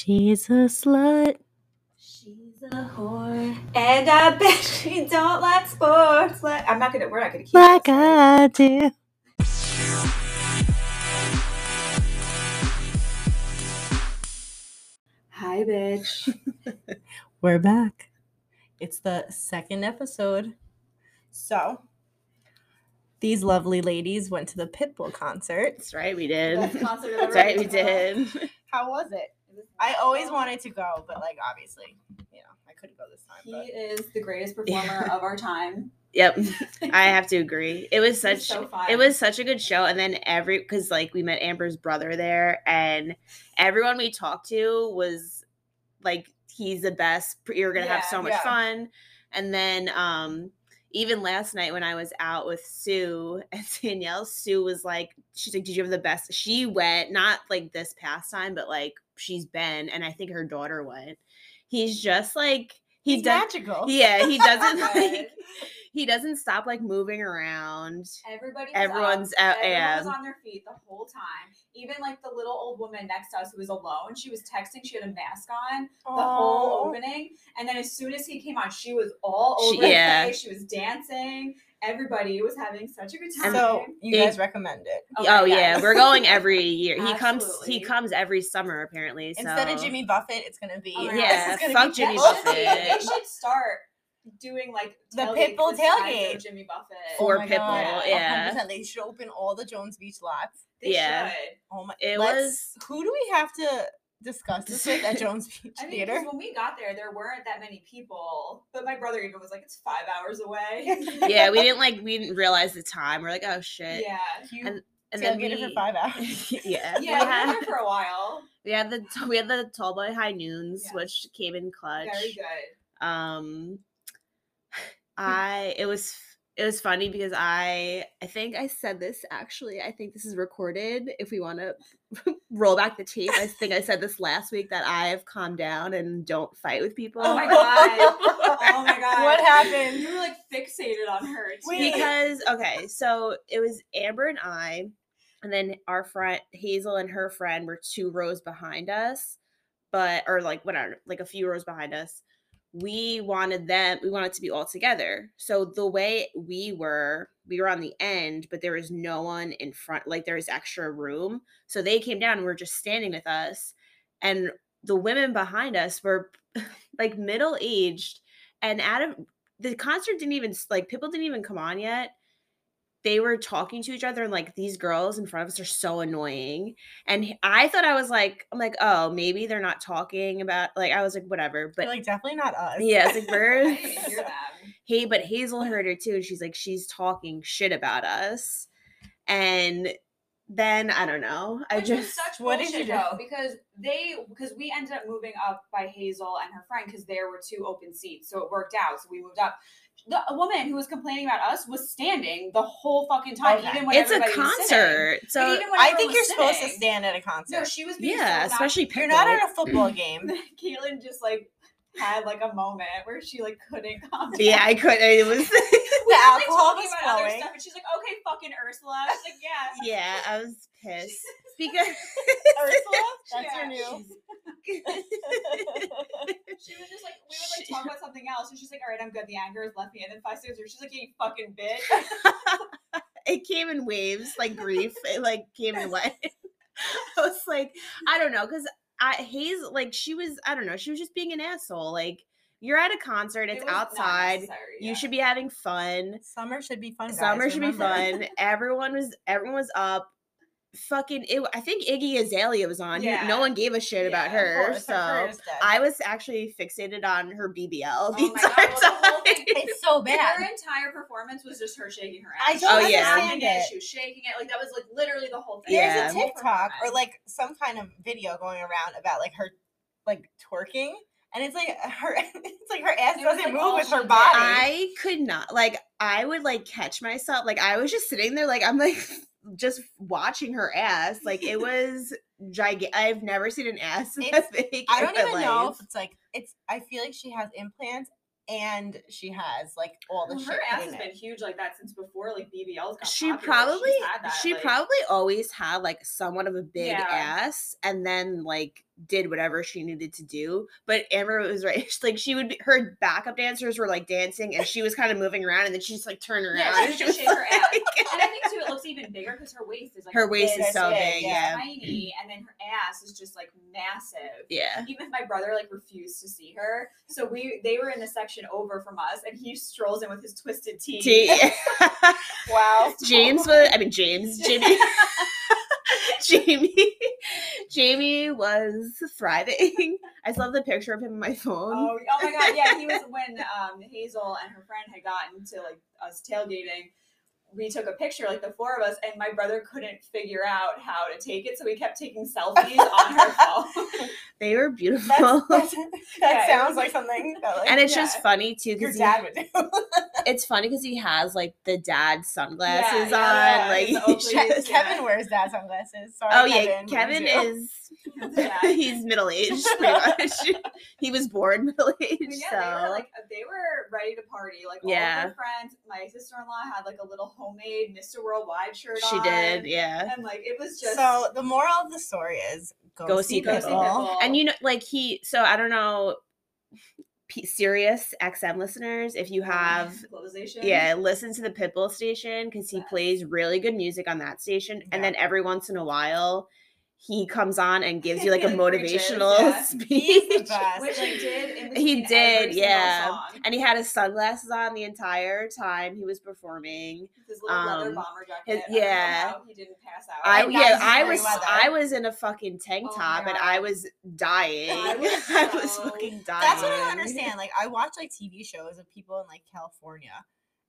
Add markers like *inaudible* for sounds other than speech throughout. She's a slut. She's a whore. And I bet *laughs* she don't like sports. Like I'm not gonna. We're not gonna keep Like this. Right? I do. Hi, bitch. We're back. It's the second episode. So, these lovely ladies went to the Pitbull concert. That's right, we did. *laughs* Best concert I've ever That's right, been we to in my life. did. *laughs* How was it? I always wanted to go, but like obviously, you know, I couldn't go this time. He But is the greatest performer of our time. Yep, *laughs* I *laughs* have to agree. It was It was such so fun. it was such a good show, and then every because like we met Amber's brother there, and everyone we talked to was like he's the best. You're gonna have Yeah, so much yeah. fun, and then um even last night when I was out with Sue *laughs* and Danielle, Sue was like, she's like, did you have the best? She went not like this past time, but like she's been, and I think her daughter went. He's just like he's, he's done. magical. Yeah, *laughs* he doesn't Yes. like he doesn't stop like moving around. Everybody. was Everyone's up. out- Everyone was yeah. on their feet the whole time. Even like the little old woman next to us who was alone. She was texting. She had a mask on the whole opening. And then as soon as he came on, she was all She- over the yeah. place. She was dancing. Everybody was having such a good time. So you It- guys recommend it Oh, my oh yeah, God. we're *laughs* *laughs* going every year. He comes he Absolutely. comes every summer apparently. So. instead of Jimmy Buffett, it's gonna be Oh Oh my God, Yeah, this is gonna fuck be Jimmy *laughs* that should be- Buffett. They should start doing like The tailgates Pitbull the size tailgate. of Jimmy Buffett. Oh For my Pitbull, God, yeah. 100%. They should open all the Jones Beach lots. They yeah. should. Oh my! It let's- Who do we have to discuss this with at Jones Beach I mean, 'cause *laughs* Theater? when we got there, there weren't that many people. But my brother even was like, "It's five hours away." *laughs* *laughs* *laughs* yeah, we didn't like we didn't realize the time. We're like, oh shit. yeah, You and- And then tailgated *laughs* for we, five hours. yeah, yeah, we we were had, there for a *laughs* while. we had the we had the tall boy high noons, Yeah. which came in clutch. Very good. um *sighs* Hmm. i it was f- it was funny because i i think i said this actually i think this is recorded if we want to *laughs* roll back the tape i think i said this last week that i've calmed down and don't fight with people *laughs* Oh my *laughs* god! *laughs* Oh my god! What happened? You were like fixated on her. Too. Wait. because okay so it was amber and i and then our friend hazel and her friend were two rows behind us but or like whatever like a few rows behind us we wanted them we wanted to be all together so the way we were we were on the end but there was no one in front like there was extra room so they came down and were just standing with us and the women behind us were *laughs* like middle aged and out of the concert didn't even s- like people didn't even come on yet they were talking to each other and like these girls in front of us are so annoying and h- i thought i was like i'm like oh maybe they're not talking about like i was like whatever You're but like definitely not us. yeah it's like I we're didn't hear them. hey but hazel heard it too and she's like she's talking shit about us and then i don't know i Which is just such what did bullshit you do? though, because they because we ended up moving up by Hazel and her friend because there were two open seats, so it worked out. So we moved up. The a woman who was complaining about us was standing the whole fucking time, Okay. even when it's a everybody was sitting. concert But so even when *laughs* I everyone think was you're supposed to sitting- stand at a concert. No, she was being yeah so obnoxious. *laughs* especially You're not Pitbull. at a football *laughs* game. Caitlin just like had like a moment where she like couldn't calm down. yeah i could it was we The were like alcohol talking was about other flowing. stuff, and she's like, "Okay, fucking Ursula." She's like, "Yeah." *laughs* yeah i was pissed because Ursula, *laughs* that's Yeah. your new. *laughs* *laughs* She was just like, we would like talk about something else, and she's like, "All right, I'm good. The anger has left me." And then five seconds later, she's like, "You fucking *laughs* bitch." it came in waves, like grief. It like came and went. *laughs* I was like, I don't know, because I Hayes, like she was, I don't know, she was just being an asshole. Like you're at a concert, It it's was not outside, necessary, you yeah. should be having fun. Summer should be fun. Guys. Summer should be remember. fun. Everyone was, everyone was up. Fucking, it, I think Iggy Azalea was on. who- Yeah. No one gave a shit about Yeah, of Of her. course, So her career is dead. *laughs* I was actually fixated on her BBL *laughs* the Oh my entire God, well, the whole time. thing- It's *laughs* Her so entire performance was just her shaking her ass. I She don't Oh, was yeah. slapping understand it. She was shaking it. Like that was like literally the whole thing. There's Yeah. a TikTok or like some kind of video going around about like her like twerking, and it's like *laughs* her it's like her ass It was, doesn't like, all move with she her did. body. I could not like I would like catch myself like I was just sitting there like I'm like *laughs* just watching her ass like it was gigantic. I've never seen an ass *laughs* It's- that big. I in don't my even know life. if it's like it's. I feel like she has implants and she has like all the Well, shit. her ass put in has been it. huge like that since before like BBLs got She popular. She's probably had that, she like- probably always had like somewhat of a big Yeah. ass and then like did whatever she needed to do. But Amber was right. *laughs* She- Like she would be, her backup dancers were like dancing and she was kind of moving around and then she just like turned around. Yeah, she and would she just was shake her ass. like- And I think too, it looks even bigger because her waist is like Her waist this is so big, big, yeah. tiny, and then her ass is just like massive. *laughs* yeah. *laughs* Even my brother like refused to see her, so we they were in the section over from us, and he strolls in with his twisted teeth. T- *laughs* Wow, *laughs* James was I *laughs* mean James, Jimmy *laughs* Jamie Jamie was thriving. I still have the picture of him on my phone. Oh, oh my god, yeah, he *laughs* was when um, Hazel and her friend had gotten to like us tailgating. We took a picture, like the four of us, and my brother couldn't figure out how to take it, so he kept taking *laughs* selfies on her phone. *laughs* They were beautiful. *laughs* That's, that's, that Yeah, it sounds was- like something that, like, *laughs* and it's yeah. just funny too your because dad would do. it's funny because he has like the dad sunglasses yeah, yeah, on. it's like the Oakleys. Kevin wears dad sunglasses. Sorry, *laughs* oh yeah, Kevin, we Kevin do. is *laughs* yeah. *laughs* he's *laughs* middle aged pretty much. *laughs* he was born middle But aged. yeah, they so were like they were ready to party. Like all Yeah. of her friends, my sister in law had like a little homemade Mr. Worldwide shirt she on. did, yeah. And like it was just so the moral of the story is go, Go see go see Pitbull. Pitbull. And you know, like he, so I don't know, P- serious XM listeners, if Oh, you have, globalization. yeah, listen to the Pitbull station because he Yes. plays really good music on that station. And Yeah. then every once in a while, he comes on and gives you like He, a like, preaches, motivational yeah. He's the speech. best. Which he did in He between did, every single yeah. song. And he had his sunglasses on the entire time he was performing. His little leather Um, bomber his- jacket. I don't know yeah. how he didn't pass out. I And that yeah, was I very was weather. I was in a fucking tank Oh my top and God. I was dying. I *laughs* I was was, so- fucking dying. That's what I don't understand. Like I watch like TV shows of people in like California,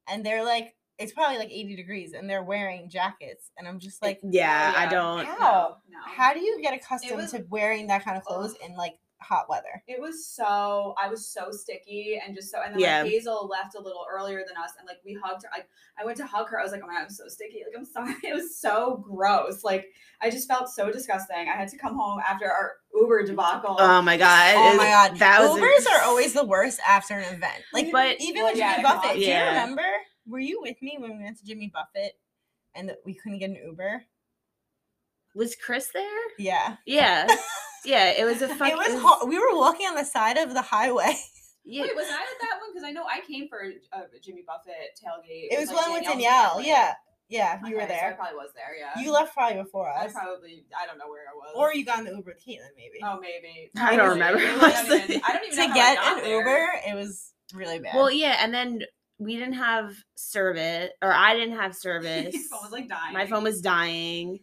and they're like it's probably like 80 degrees, and they're wearing jackets, and I'm just like, yeah, I yeah. don't. how? No, no. how do you get accustomed was- to wearing that kind of clothes in like hot weather? It was so I was so sticky and just so and then Yeah. like Hazel left a little earlier than us and like we hugged her. Like I went to hug her. I was like, oh my god, I'm so sticky. Like I'm sorry. *laughs* It was so gross. Like I just felt so disgusting. I had to come home after our Uber debacle. Oh my god! Oh it- my God. That was a- Ubers are always the worst after an event. Like But- even Well, with yeah, Jimmy it Buffett, was. do you Yeah. remember? Were you with me when we went to Jimmy Buffett and that we couldn't get an Uber? was Chris there? Yeah, Yeah, yeah. It was a fucking. it was. ho- we were walking on the side of *laughs* the highway. yeah, Wait, was I at that one? Because I know I came for a a Jimmy Buffett tailgate. It was like, one with Danielle's Danielle. family. Yeah, yeah, you Okay, were so I there. probably was there. Yeah. You left probably before I us. probably I don't know where I was. Or you got in the Uber with Caitlin, maybe. Oh, maybe. I don't Maybe. remember, Maybe I don't honestly. even, I don't even know *laughs* to how I get got an there. *laughs* Uber, it was really bad. Well, yeah, and then we didn't have service, or I didn't have *laughs* service. Your phone was like dying. My phone was dying.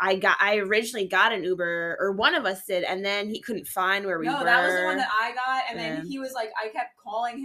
I got. I originally got an Uber, or one of us did, and then he couldn't find where we no, were. that was the one that *laughs* I got, and then Yeah. he was like, I kept calling him,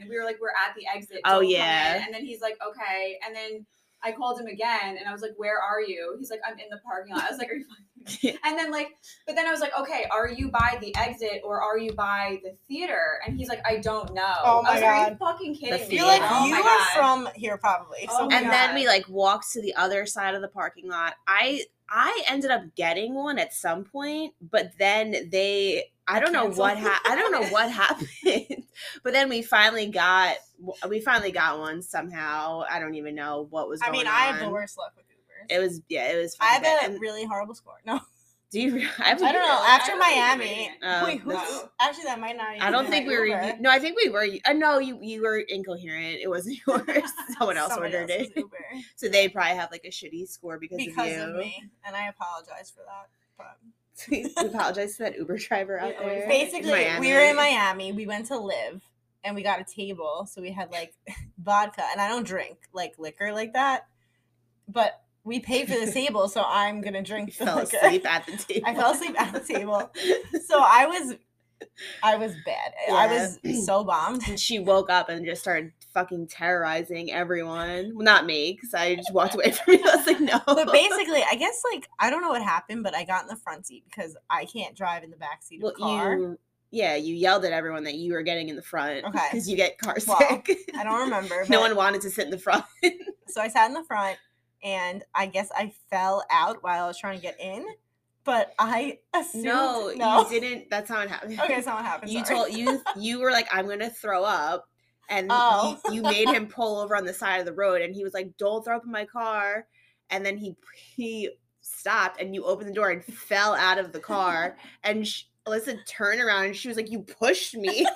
and we were like, we're at the exit. Oh, don't come in." yeah. and then he's like, okay, and then I called him again, and I was like, where are you? He's like, I'm in the parking lot. I was like, are you? fucking-" And then like, but then I was like, okay, are you by the exit or are you by the theater? And he's like, I don't know. Oh, my I was Like, are you fucking kidding me? you're like, Yeah. oh, you my are God. from here probably. Oh so my and God. we- then we like walked to the other side of the parking lot. I I ended up getting one at some point, but then they I don't know what Canceled. ha- I don't *laughs* know what happened. *laughs* But then we finally got we finally got one somehow. I don't even know what was I going mean, on. I have the worst luck with Ubers. It was yeah, it was I fun. have a And really horrible score. No, do you *laughs* I, I don't know. really? After I don't think I Miami, did. Oh, wait, who? Um, no. Actually, Um, that might not. I even don't be think my we were Uber. No, I think we were uh, no, you you were incoherent. It wasn't *laughs* *laughs* yours. Someone else Someone ordered else's it. Uber So they probably have like a shitty score *laughs* because, because of you. of me, and I apologize for that. But we *laughs* apologize *laughs* to that Uber driver We out always there. basically Miami. we were in miami we went to live and we got a table so we had like *laughs* vodka and i don't drink like liquor like that but we paid for this *laughs* table so i'm gonna You drink the fell liquor asleep at the table. i fell asleep at the table *laughs* so i was i was bad i was so bombed *laughs* And she woke up and just started fucking terrorizing everyone. Well, not me, because I just walked away from you. I was like, no. *laughs* but basically i guess like i don't know what happened but i got in the front seat because i can't drive in the back seat of well, a car you, yeah, you yelled at everyone that you were getting in the front. *laughs* Okay. Because you get car Well, sick. i don't remember *laughs* no but- one wanted to sit in *laughs* the front. So I sat in the front and I guess I fell out while I was trying to get in, but I assumed no. you didn't. That's not what happened. *laughs* Okay, *laughs* it's not what happened. you sorry. *laughs* told you you were like i'm gonna throw up and Oh. you, you made him pull over on the side of the road and he was like don't throw up in my car and then he he stopped and you opened the door and fell out of *laughs* the car. And sh Alyssa turned around and she was like, You *laughs* pushed me.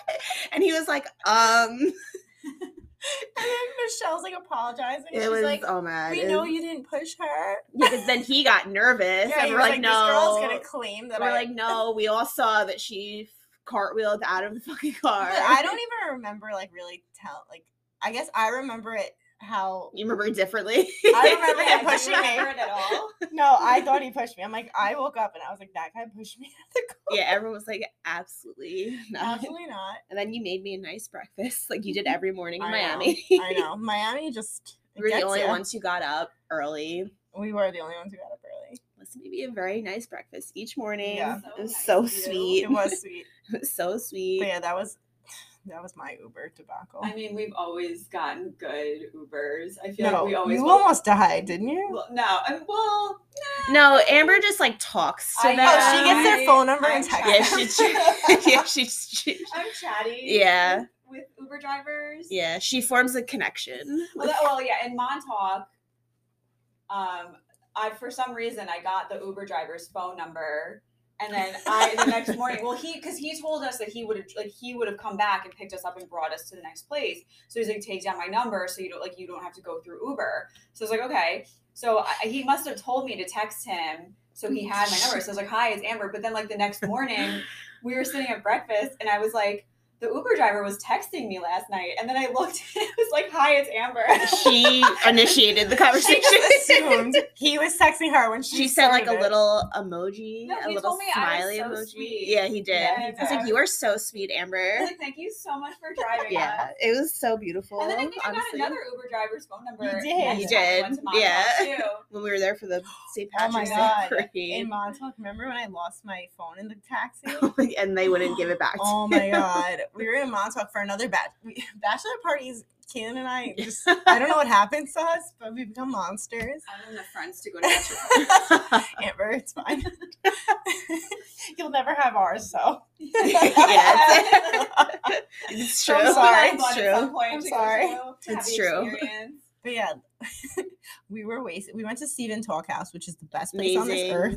*laughs* and he was like, Um, And then Michelle's like apologizing. it She's was, like, oh man. we it know was- you didn't push her. Yeah, 'cause then he got nervous. Yeah, and he we're was like, No. this girl's gonna claim that we're I like, No, we all saw that she cartwheeled out of the fucking car. But *laughs* I don't even remember like really tell like I guess I remember it how You remember it differently. *laughs* I *laughs* remember Yeah, him *laughs* do you pushing me. remember it at all. No, I thought he pushed me. I'm like I woke up and I was like that guy pushed me out of the *laughs* yeah, everyone was like, absolutely car. not. Absolutely not. And then you made me a nice breakfast, like you did every morning in Mm-hmm. I know, Miami. *laughs* I know. Miami just it we were the gets only ya. ones who got up early. We were the only ones who got up early. This made me a very nice breakfast each morning. Yeah. It was So nice so of you. sweet. It was sweet. *laughs* It was so sweet. But yeah, that was that was my Uber debacle. I mean, we've always gotten good Ubers. I feel like we always you will- almost died, didn't *laughs* *laughs* you? Well, no, I'm well. nah. No, Amber just like talks to I- them. Oh, she gets it. their phone number I- and texts. *laughs* Yeah, them. she, *laughs* she, yeah, she, she- I'm chatty. Yeah. With, with Uber drivers. yeah, she forms a connection. *laughs* Well, that- well, yeah. In Montauk, um, I for some reason I got the Uber driver's phone number, and then I the next morning. Well, he because he told us that he would have like he would have come back and picked us up and brought us to the next place. So he's like, take down my number so you don't like you don't have to go through Uber. So I was like, okay. So I, he must have told me to text him. So he had my number. So I was like, hi, it's Amber. But then like the next *laughs* morning, we were sitting at breakfast, and I was like. The Uber driver was texting me last night, and then I looked *laughs* and it was like, "Hi, it's *laughs* Amber." She initiated the She conversation. just assumed he was texting her when she She sent like a started. little emoji, No, a he little told me I was smiley so emoji. sweet. Yeah, he did. Yeah, He's like, yeah. "You are so sweet, I Amber." was like, thank you so much for driving Yeah, us. it was so beautiful. And then I think honestly, I got another Uber driver's phone number. You did. next You time I went did. to Montauk, *laughs* Yeah. too. when we were there for the St. Oh my Patrick's God. Day in parade, Montauk. Remember when I lost my phone in the *laughs* taxi? and they wouldn't give it back. to oh *laughs* my god, we were in Montauk for another bat- we- bachelor parties. Kaylin and I, just, *laughs* I don't know what happens to us, but we become monsters. I'm in the friends to go to *laughs* Metro. Amber, it's fine. *laughs* You'll never have *laughs* ours, so yes, it's true. I'm sorry, I'm it's glad at some true. point I'm because sorry. will have It's the true. experience. But yeah, *laughs* we were wasted. We went to Stephen Talk House, which is the best place on this Amazing. earth.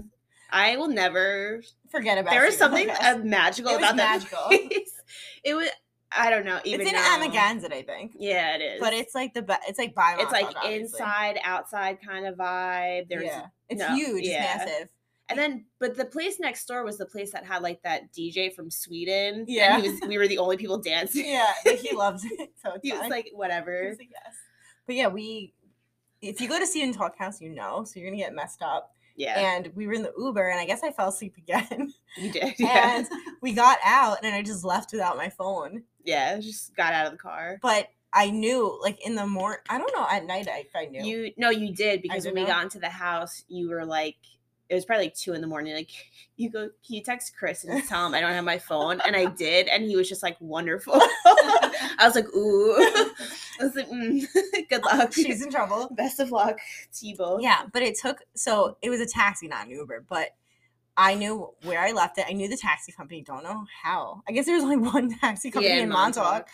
I will never. Forget about. There was Stephen something Talk uh, House. magical It was about magical. that *laughs* place. It was. I don't know. Even It's in now. Amagansett, I think, Yeah, it is. but it's like the best. It's like by. it's like Montauk, obviously. inside outside kind of vibe there's yeah, it's no, huge. yeah. It's *laughs* massive. and then but the place next door was the place that had like that dj from sweden and Yeah. he was, we were the only *laughs* people dancing Yeah, but he loves it. *laughs* So it's *laughs* he was fine. like whatever He's like, yes. But yeah, we if you go to Stephen Talk House, you know, so you're gonna get messed up. yeah And we were in the Uber, and I guess I fell asleep again. he did *laughs* *laughs* yeah And we got out, and I just left without my phone. yeah just got out of the car But I knew, like in the morning, I don't know at night I, if I knew. you no you did because did when we not. got into the house you were like it was probably like two in the morning like *laughs* you go can you text chris and just tell him i don't have my phone and i did and he was just like wonderful *laughs* i was like ooh *laughs* i was like mm, *laughs* good *laughs* luck She's in trouble. Best of luck, T-Bone. Yeah, but it took so it was a taxi, not an Uber, but I knew where I left it. I knew the taxi company. Don't know how. I guess there was only *laughs* one taxi company in in Montauk. Montauk.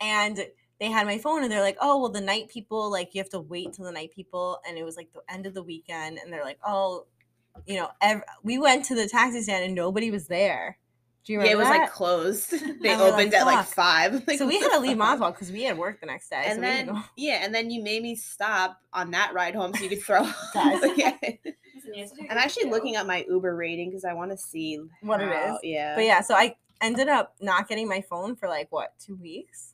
and they had my phone, and they're like, "Oh, well, the night people like you have to wait till the night people," and it was like the end of the weekend, and they're like, "Oh, you know, ev- we went to the taxi stand and nobody was there." Do you Yeah, remember? it was like that? *laughs* closed. They And we're like, opened at like "Fuck." five. *laughs* Like, so we what had to the leave fuck? Montauk because we had work the next day. so And we had to then *laughs* go- yeah, and then you made me stop on that ride home so you could *laughs* throw. up. Guys. Yeah. *laughs* Listen, you have to do what I'm you actually do. looking at my Uber rating because I want to see What it how- is. Yeah, but yeah, so I ended up not getting my phone for like what two weeks.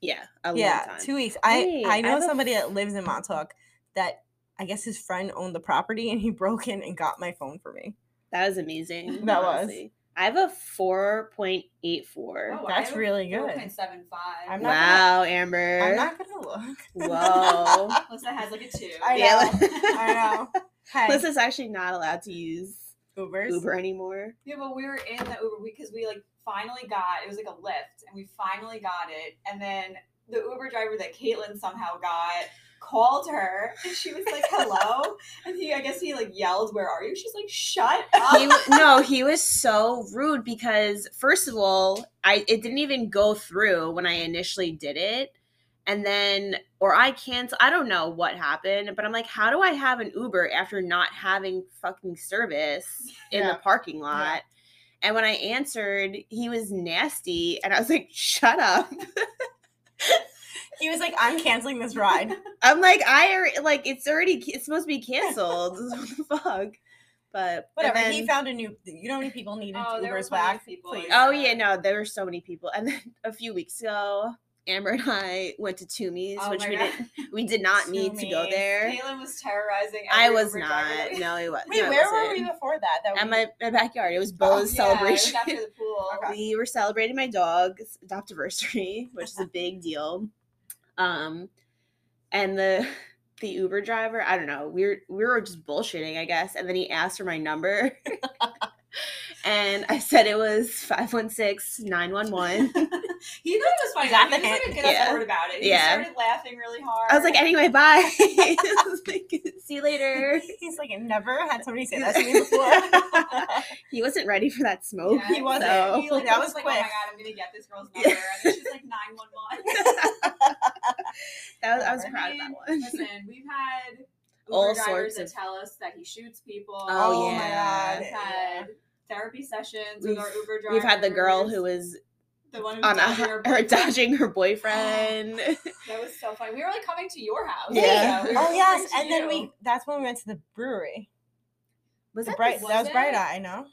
yeah, a yeah, long time. two weeks. I Wait, I I know have a somebody that lives in Montauk that I guess his friend owned the property and he *laughs* broke in and got my phone for me. that was amazing. *laughs* That was. honestly. I have a four point eight four. Oh, I That's have a really good. 4.75. *laughs* I'm not wow, Amber. I'm not *laughs* gonna look. Whoa. Alyssa has like a two. *laughs* I Yeah, know. I *laughs* know. Hey, Liz is actually not allowed to use Ubers. Uber anymore. Yeah, but we were in the Uber because we like finally got it was like a lift and we finally got it. And then the Uber driver that Caitlin somehow got called her and she was like, Hello? *laughs* and he I guess he like yelled, Where are you? She's like, Shut he *laughs* up. w- no, he was so rude because first of all, I it didn't even go through when I initially did it. and then or I cancel. I don't know what happened, but I'm like, how do I have an Uber after not having fucking service in Yeah. the parking lot? And when I answered, he was nasty, and I was like, shut up. *laughs* He was like, I'm canceling this *laughs* Oh, ride. I'm like, I alre- like it's already ca- it's supposed to be canceled. *laughs* what the fuck? But Whatever. And he then- found a new. You know how many people needed Oh, there were Ubers plenty of back? people. Please. Oh yeah, no, there were so many people. And then *laughs* a few weeks ago, Amber and I went to Toomey's, Oh which my we God. didn't we did not need to go Toomey's. there. Kaylin was terrorizing. I every was Uber driver. not. No, it was. Wait, no, I where were wasn't. we before that? That At we- my, *laughs* my backyard. It was Oh, Bo's *laughs* yeah, it was celebration. after the pool. we were celebrating my dog's adoptiversary, *laughs* which is a big deal. Um, and the the Uber driver, I don't know, we were we were just bullshitting, I guess. And then he asked for my number. and I said it was 516-911. *laughs* He thought it was funny. Is that He was the like a good Yeah. sport about it. He Yeah. started laughing really hard. I was like, anyway, bye. *laughs* I was like, See you later. He's like, I never had somebody say that to *laughs* me before. He wasn't ready for that smoke. Yeah, he wasn't. "Oh, so- He, like, that was like, quick. Oh my god, I'm gonna get this *laughs* girl's number. And then she's like nine one one. That was, I was Whatever. proud of that one. *laughs* Listen, we've had Uber All drivers sorts that of- tell us that he shoots people. Oh, my yeah. God. We've had therapy sessions with We've- our Uber drivers. We've had the girl who was the one who on a, dodged her, dodging her boyfriend. That was so funny. We were like coming to your house. Yeah. so we were *laughs* Oh coming yes, to and then you. we. That's when we went to the brewery. was The that bright. the- was that was it? Bright Eye. No.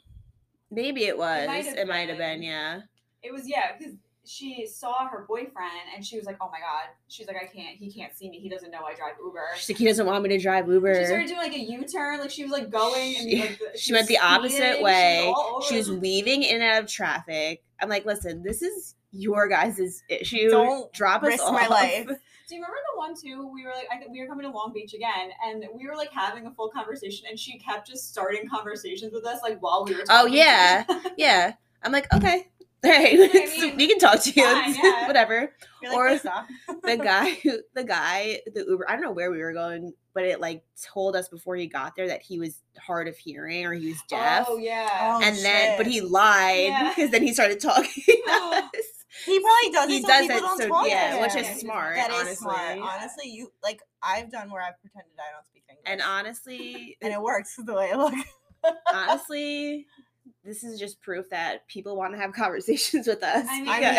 Maybe it was. It might might have have, been. been. Yeah. It was yeah, because she saw her boyfriend and she was like, "Oh my god." She's like, "I can't. He can't see me. He doesn't know I drive Uber." She's like, he doesn't want me to drive She Uber. started doing like a U turn. Like she was like going. And, She- like, she went the opposite speeding, she was way. all over She was the- weaving in and out of traffic. I'm like, listen, this is your guys' issue. Don't Drop us risk off. my *laughs* life. Do you remember the one too? We were like, I think we were coming to Long Beach again, and we were like having a full conversation, and she kept just starting conversations with us like while we were. Oh Talking yeah, *laughs* yeah. I'm like, okay, *laughs* all right, I so mean, we can talk to you, fine, *laughs* yeah. whatever. You're like, Or- "Pissed off." *laughs* the guy who the guy the uber i don't know where we were going but it like told us before he got there that he was hard of hearing or he was deaf Oh yeah. Oh, and then but shit. he lied Yeah. because then he started talking *laughs* to Oh. us. he probably does. he it so does people it don't so talk to yeah which him. is Yeah. smart That is honestly smart. Honestly, you like I've done where I've pretended I don't speak English, and honestly *laughs* and it works the way it looks. honestly this is just proof that people want to have *laughs* conversations with us I mean- *laughs* because-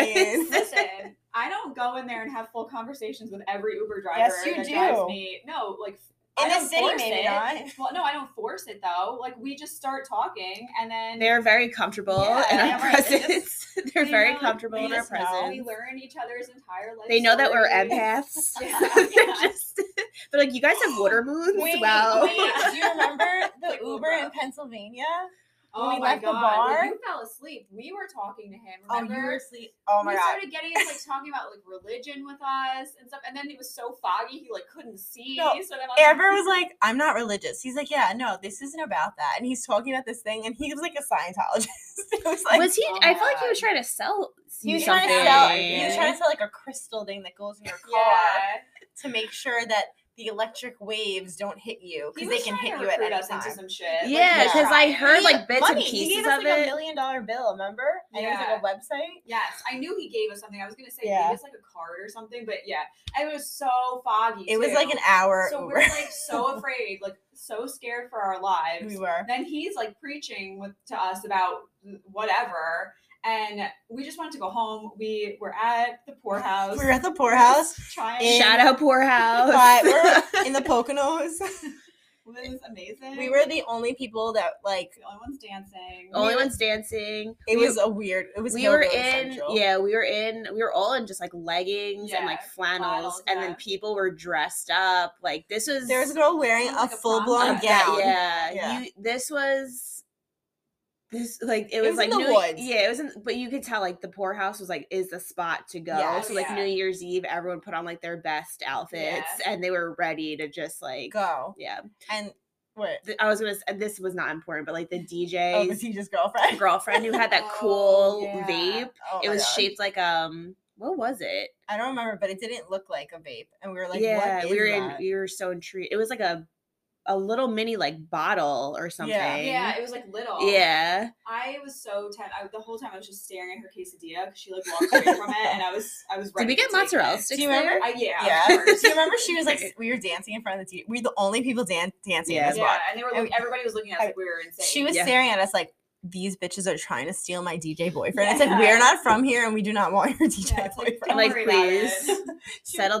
*laughs* mean, Listen, I don't go in there and have full conversations with every Uber driver. Yes, you that drives do. me. No, like I In the don't city, force maybe it. not. *laughs* Well, no, I don't force it though. Like we just start talking, and then *laughs* they're very comfortable Yeah, in our *laughs* yeah, right. They presence they're they very know- comfortable they in our just know. We presence learn each other's entire life. They know that we're stories. *laughs* empaths. Yeah, *laughs* they're yeah. just *laughs* they're like, you guys have water moons. Wait, wow. wait, do you remember the Like, Uber in wow. Pennsylvania? *laughs* Oh when we my left the god! bar- Oh, When you fell asleep, we were talking to him. Remember? asleep. Oh my he god. started getting into like talking about like religion with us and stuff, and then it was so foggy he like couldn't see. No, so then I was Amber was like, I'm not religious. He's like, Yeah, no, this isn't about that. And he's talking about this thing, and he was like a Scientologist. *laughs* it was like, *laughs* was he? oh I my felt like he was God. trying to sell. he you was trying to something. sell, he was trying to sell like a crystal thing that goes in your car yeah. to make sure that the electric waves don't hit you He because was they can trying hit to you at recruit any us time. into some shit. Like, Yeah, he because was I trying. heard, like, bits and money. He pieces gave us of like a it. million dollar bill, remember? And it was like a website. Yes, I knew he gave us something. I was gonna say he Yeah. gave us like a card or something, but yeah, it was so foggy. It was too. like an hour. So Uber. we're like *laughs* so afraid, like so scared for our lives. we were. then he's like preaching with to us about whatever and we just wanted to go home we were at the poorhouse *laughs* We were at the poorhouse. trying in- Shout out poorhouse. But *laughs* we're in the Poconos. *laughs* it was amazing We were the only people that like. the only ones dancing Only one's dancing. It We- was a weird. It was. we were hillbilly in central. yeah we were in we were all in just like leggings and like Yeah, flannels, flannels, and yeah. then people were dressed up like this was There *laughs* was a girl wearing Sounds like a a full blown prom gown. dress. Yeah, Yeah. You, this was this like it was was, in like the New- woods. yeah, it wasn't. But you could tell like the poorhouse was like is the spot to go. Yeah. so like Yeah. New Year's Eve, everyone put on like their best outfits and they were ready to just like Go yeah. and what? Th- I was gonna. s- and This was not important, but like the Oh, DJ's Batista's girlfriend. girlfriend *laughs* who had that Oh, cool yeah. vape. Oh it my was God. shaped like um. What was it? I don't remember, but it didn't look like a vape, and we were like, yeah, what is we were that? in. We were so intrigued. It was like a a little mini like bottle or something. Yeah, it was like little. Yeah. I was so tense. I, the whole time I was just staring at her quesadilla because she like walked away from it, and I was I was. Did Ready we get to take mozzarella it. sticks Do you there? remember? I, yeah. Yeah. of course. Do you remember she was like, we were dancing in front of the TV. We're the only people dan- dancing Yeah. in this Yeah, spot. and they were. Look, everybody was looking at us like we were insane. She was Yeah. staring at us like, these bitches are trying to steal my DJ boyfriend. It's like, we're Yeah. not from here and we do not want your DJ *laughs* Yeah, it's like, boyfriend. don't Like, worry about it. *laughs* please. Settle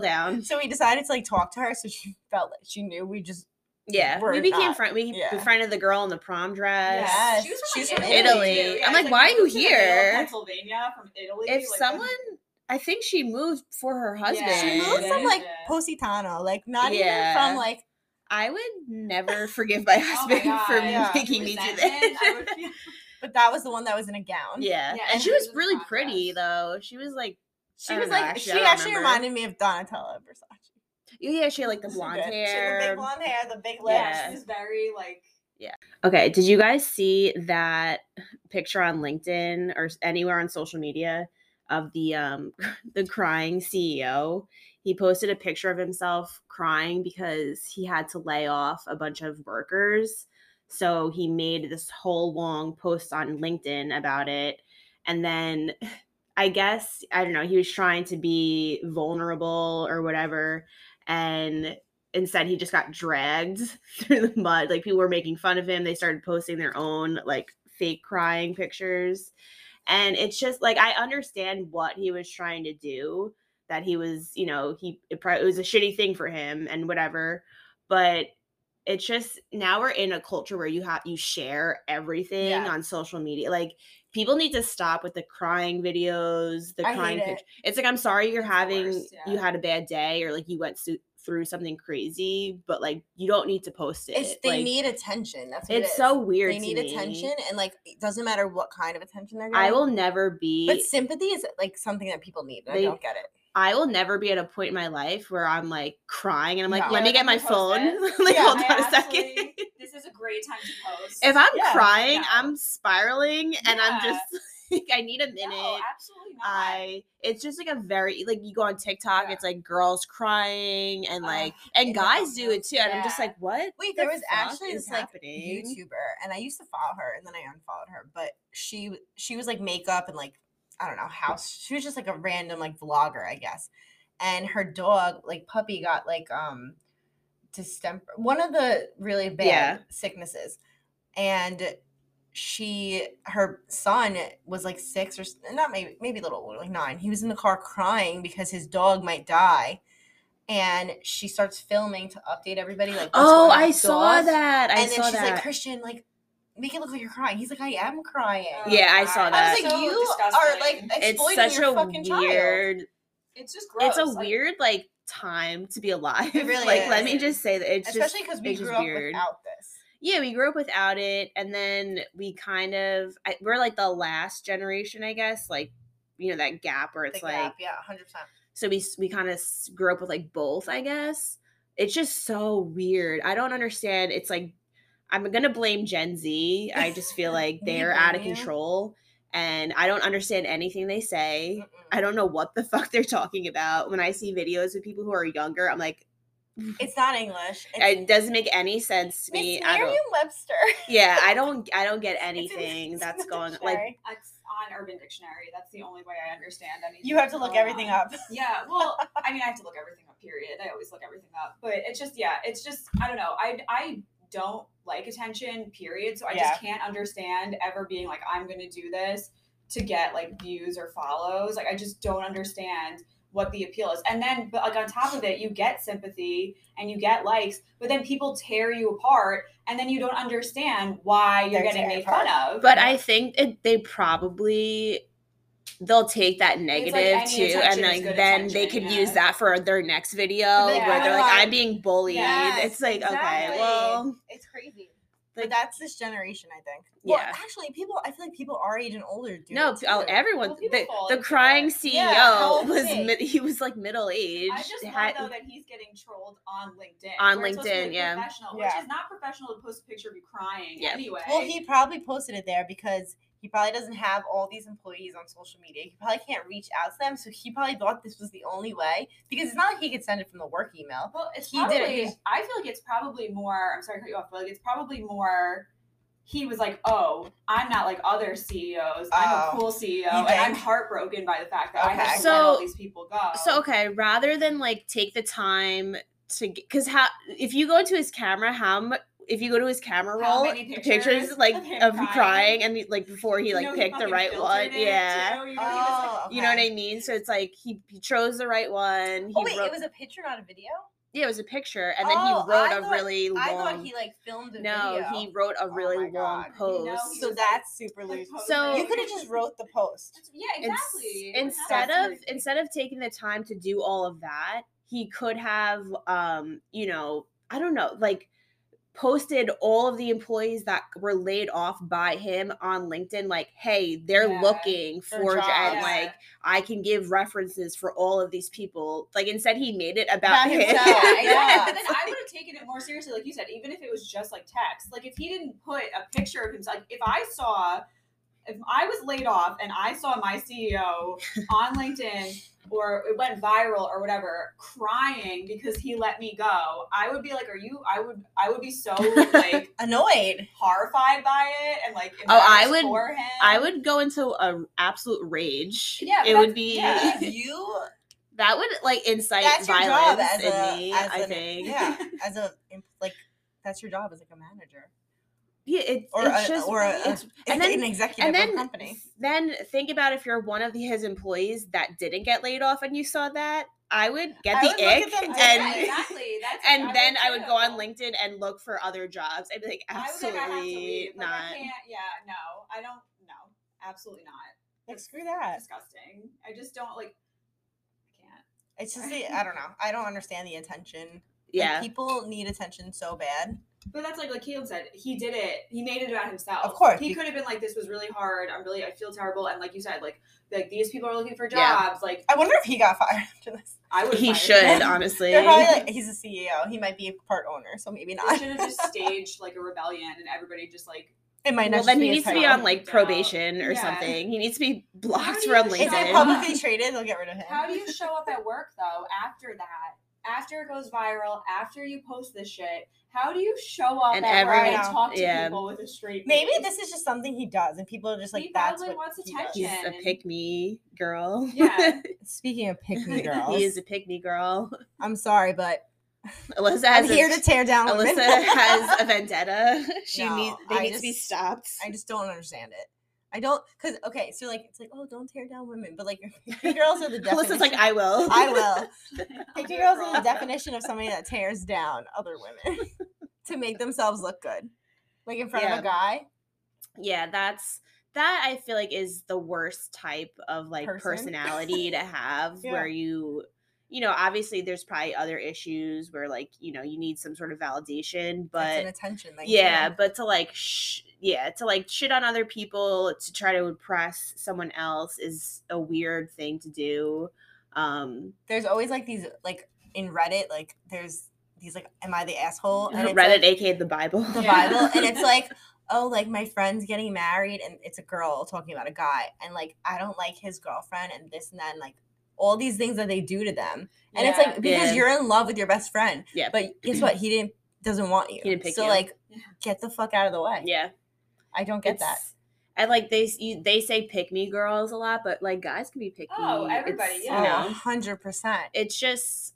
*laughs* down. so we decided to like talk to her so she felt like she knew we just Yeah. We're we became not- friend. We yeah. befriended the girl in the prom dress. Yes. She was from, She's like, from Italy. Italy. too. Yeah, I'm it's like, why are moved to the you middle of here? Pennsylvania from Italy. If like, that's- someone, I think she moved for her husband. Yeah. she moved from like Yeah. Positano, like not even Yeah. from like I would *laughs* never forgive my Oh husband *laughs* my God, for yeah. making me do Resentment, I that. *laughs* would feel- but that was the one that was in a gown. yeah. Yeah, and and she her was was really not pretty dressed. though. She was like, I She don't was know, like actually, I she don't actually remember. reminded me of Donatella Versace. yeah, she had like the She blonde did. She had the hair. big blonde hair, the big lips. Yeah, Yeah. she was very like. Okay, did you guys see that picture on LinkedIn or s- anywhere on social media of the um *laughs* the crying CEO? He posted a picture of himself crying because he had to lay off a bunch of workers. So he made this whole long post on LinkedIn about it. And then *sighs* I guess I don't know, he was trying to be vulnerable or whatever and instead he just got dragged *laughs* through the mud like people were making fun of him they started posting their own like fake crying pictures and it's just like i understand what he was trying to do that he was you know he it, probably, it was a shitty thing for him and whatever but it's just now we're in a culture where you have you share everything Yeah. on social media like people need to stop with the crying videos the I hate crying it. pictures it's like i'm sorry you're It's the having worst, yeah. you had a bad day or like you went su- through something crazy but like you don't need to post it It's they Like, need attention. That's what it it's is. so weird They to need me. attention, and like it doesn't matter what kind of attention they're getting. i will never be But sympathy is like something that people need. And They- I don't get it. i will never be at a point in my life where i'm like crying and i'm like No. Yeah, let me like, get I'm my gonna phone post this. *laughs* like Yeah, hold I on a second actually- *laughs* This is a great time to post. if i'm Yeah, crying no. i'm spiraling and Yeah. i'm just *laughs* like i need a minute no, absolutely not. I it's just like a very like you go on TikTok, Yeah. it's like girls crying and Ugh, like and it guys is. do it too. And I'm just Yeah. like, what? Wait, the there was fuck actually is this like happening? YouTuber, and I used to follow her, and then I unfollowed her. But she w- she was like makeup and like I don't know house. She was just like a random like vlogger, I guess. And her dog, like puppy, got like um distemper, one of the really bad Yeah. sicknesses, and she her son was like six or s- not maybe maybe a little older like nine he was in the car crying because his dog might die and she starts filming to update everybody like what's Oh, going on I with saw dogs. that. I and then saw she's that. like christian like make it look like you're crying he's like i am crying Oh, Yeah, I God. saw i that. was like So you are like disgusting. it's exploiting such your a fucking child weird it's just gross. it's a like, weird like time to be alive. *laughs* really like is. let me just say that it's just especially because we it's just grew up weird. without this yeah, we grew up without it, and then we kind of I, we're like the last generation, I guess. Like you know that gap where it's Big like gap, yeah 100 percent so we s- we kind of grew up with like both i guess it's just so weird i don't understand it's like i'm gonna blame gen z i just *laughs* feel like Can you they're out of blame you? control and i don't understand anything they say i don't know what the *laughs* fuck they're talking about when i see videos of people who are younger i'm like it's not english it's it doesn't make any sense to me Miss I *laughs* don't, Merriam-Webster. yeah i don't i don't get It's in- anything it's in *laughs* that's the going like dictionary. It's on Urban Dictionary. That's the only way I understand anything. you have to that's look going everything on. up. *laughs* Yeah, well, I mean, I have to look everything up. Period. I always look everything up, but it's just yeah, it's just I don't know. I I don't like attention. Period. So I Yeah. just can't understand ever being like I'm gonna do this to get like views or follows. Like I just don't understand what the appeal is. And then but like on top of it, you get sympathy and you get likes, but then people tear you apart, and then you don't understand why you're They're getting tearing made apart. fun of. But I think it, they probably they'll take that negative any too, and attention is like good then they attention, could yeah. use that for their next video like, where "Oh they're my like, God." "I'm being bullied." Yes, it's like, okay, exactly. well, It's crazy. Like- but that's this generation, I think. Well, Yeah. actually, people. I feel like people our age and older do. no, it, oh, too. everyone. Well, people the, fall the into crying it. CEO Yeah, how old was is he? mid, he was like middle aged. I just love had- though that he's getting trolled on LinkedIn. On where it's supposed to be, LinkedIn, like, yeah. Professional, Yeah. which is not professional to post a picture of you crying Yeah. anyway. Well, he probably posted it there because He probably doesn't have all these employees on social media. He probably can't reach out to them. So he probably thought this was the only way because it's not like he could send it from the work Oh, email. Well, it's He did probably. it. He's- I feel like it's probably more. I'm sorry to cut you off, but like it's probably more. He was like, "Oh, I'm not like other CEOs. I'm Oh. a cool CEO, and You I'm think? heartbroken by the fact that I Okay. have to let all So- these people go." So okay, rather than like take the time to because how if you go to his camera, how mu if you go to his camera How roll, many pictures, pictures like of of him him crying, crying? and he- like before he You like know, picked the fucking right one, filtered it, too, yeah. you know, he was, Oh, like, You know what okay. I mean? So it's like he, he chose the right one. He Oh wait, wrote- it was a picture, not a video. yeah, it was a picture, and then Oh, he wrote I a thought- really I long. thought he like filmed a no, video. Oh he wrote a my really long God. You post. know he So was, like, that's super like, loose. posing. So- You could have just wrote the post. yeah, Ins- exactly. instead That's of crazy. instead of taking the time to do all of that, he could have um, you know, I don't know, like posted all of the employees that were laid off by him on LinkedIn like, "Hey, they're Yeah, looking their for jobs. and Yeah. like I can give references for all of these people." Like instead he made it about, About *laughs* him. himself, yeah, Yeah. But then I would have taken it more seriously, like you said, even if it was just like text. Like if he didn't put a picture of himself, like if I saw, if I was laid off and I saw my *laughs* CEO on LinkedIn or it went viral or whatever, crying because he let me go, I would be like, "Are you?" I would, I would be *laughs* so like Annoyed. horrified by it and like Oh, I embarrassed would- for him. I would go into an absolute rage. Yeah, but it that's- would be yeah. *laughs* you that would like incite that's your job violence as in a me. as I an- think. *laughs* yeah as a em- like that's your job as like a manager Yeah, it, Or it's a- just or a- it's- and *laughs* and an then executive and of then a company then think about if you're one of the, his employees that didn't get laid off and you saw that, I would get I the would look at them ick Yeah, different. and exactly. That's *laughs* and what then I would go do. on LinkedIn and look for other jobs. I'd be like, I was like, I have to absolutely leave. Like, I not. can't, yeah, no, I don't. No, absolutely not. like screw Uh, that Disgusting. I just don't like. I can't. it's just the, i don't know i don't understand the attention Like, Yeah, people need attention so bad But that's like like Caleb said. He did it. He made it about himself. Of course, He be- could have been like, "This was really hard. I'm really. I feel terrible." And like you said, like like these people are looking for Yeah. jobs. Like i wonder if he got *laughs* fired after this I would. he fired should him. *laughs* honestly. they're probably like he's a ceo he might be a part owner so maybe They not should have just staged like a rebellion, and everybody just like *laughs* it might not just well, then he his needs to be title. on like Yeah. probation or Yeah. something. He needs to be blocked do from you *laughs* if show they're up? LinkedIn. publicly traded they'll get rid of him How do you show up at work though after that? After it goes viral, after you post this shit, how do you show up And at work everyone- and talk to yeah. people with a straight *laughs* maybe face? this is just something he does and people are just like He that's probably what wants he does." attention. He's a pick me girl. *laughs* Yeah. speaking of pick me girls *laughs* he is a pick me girl. *laughs* i'm sorry but Alyssa i'm has a here to tear down Alyssa women. has a vendetta. *laughs* She No, needs they I need to be just- stopped. *laughs* I just don't understand it. I don't because okay, so like it's like oh, don't tear down women, but like *laughs* picky girls are the *laughs* definition. Alyssa's like, I will. I will. *laughs* Picky Other girls are the girl. definition of somebody that tears down other women *laughs* to make themselves look good, like in front of Yeah. a guy. Yeah, that's that I feel like is the worst type of like Person. personality to have *laughs* Yeah. where you you know, obviously there's probably other issues where like, you know, you need some sort of validation, That's but an attention. Like yeah, but to like sh- yeah, to like shit on other people to try to impress someone else is a weird thing to do. Um there's always like these like in Reddit like there's these like am I the *laughs* asshole? And it's, Reddit like, aka the Bible. the Yeah. Bible, *laughs* and it's like, oh, like my friend's getting married, and it's a girl talking about a guy, and like I don't like his girlfriend, and this and that, and like all these things that they do to them, *laughs* and it's like because Yeah. you're in love with your best friend, Yeah. But guess what? He didn't doesn't want you. He didn't pick so you. like, Yeah. get the fuck out of the way. yeah. I don't get that. It's- And like they s- you, they say pick me girls a lot, but like guys can be picky. Oh, everybody, It's, yeah. You Oh, know, hundred percent. it's just.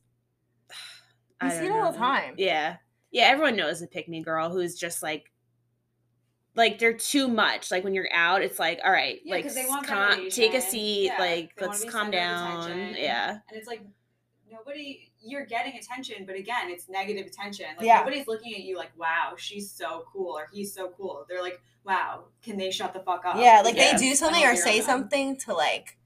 *sighs* We I see don't it all the know. time. Yeah, yeah. Everyone knows a pick me girl who's just like, like they're too much. Like when you're out, it's like, all right, Yeah, like 'cause they want calm, take a validation. seat. Yeah, like they wanna let's be calm center of down. attention. Yeah, And it's like nobody you're getting attention, but again, it's negative attention. Like Yeah. nobody's looking at you like, wow, she's so cool or he's so cool. They're like, wow, can they shut the fuck up? yeah, like yeah. they do something I or hear say them. something to like,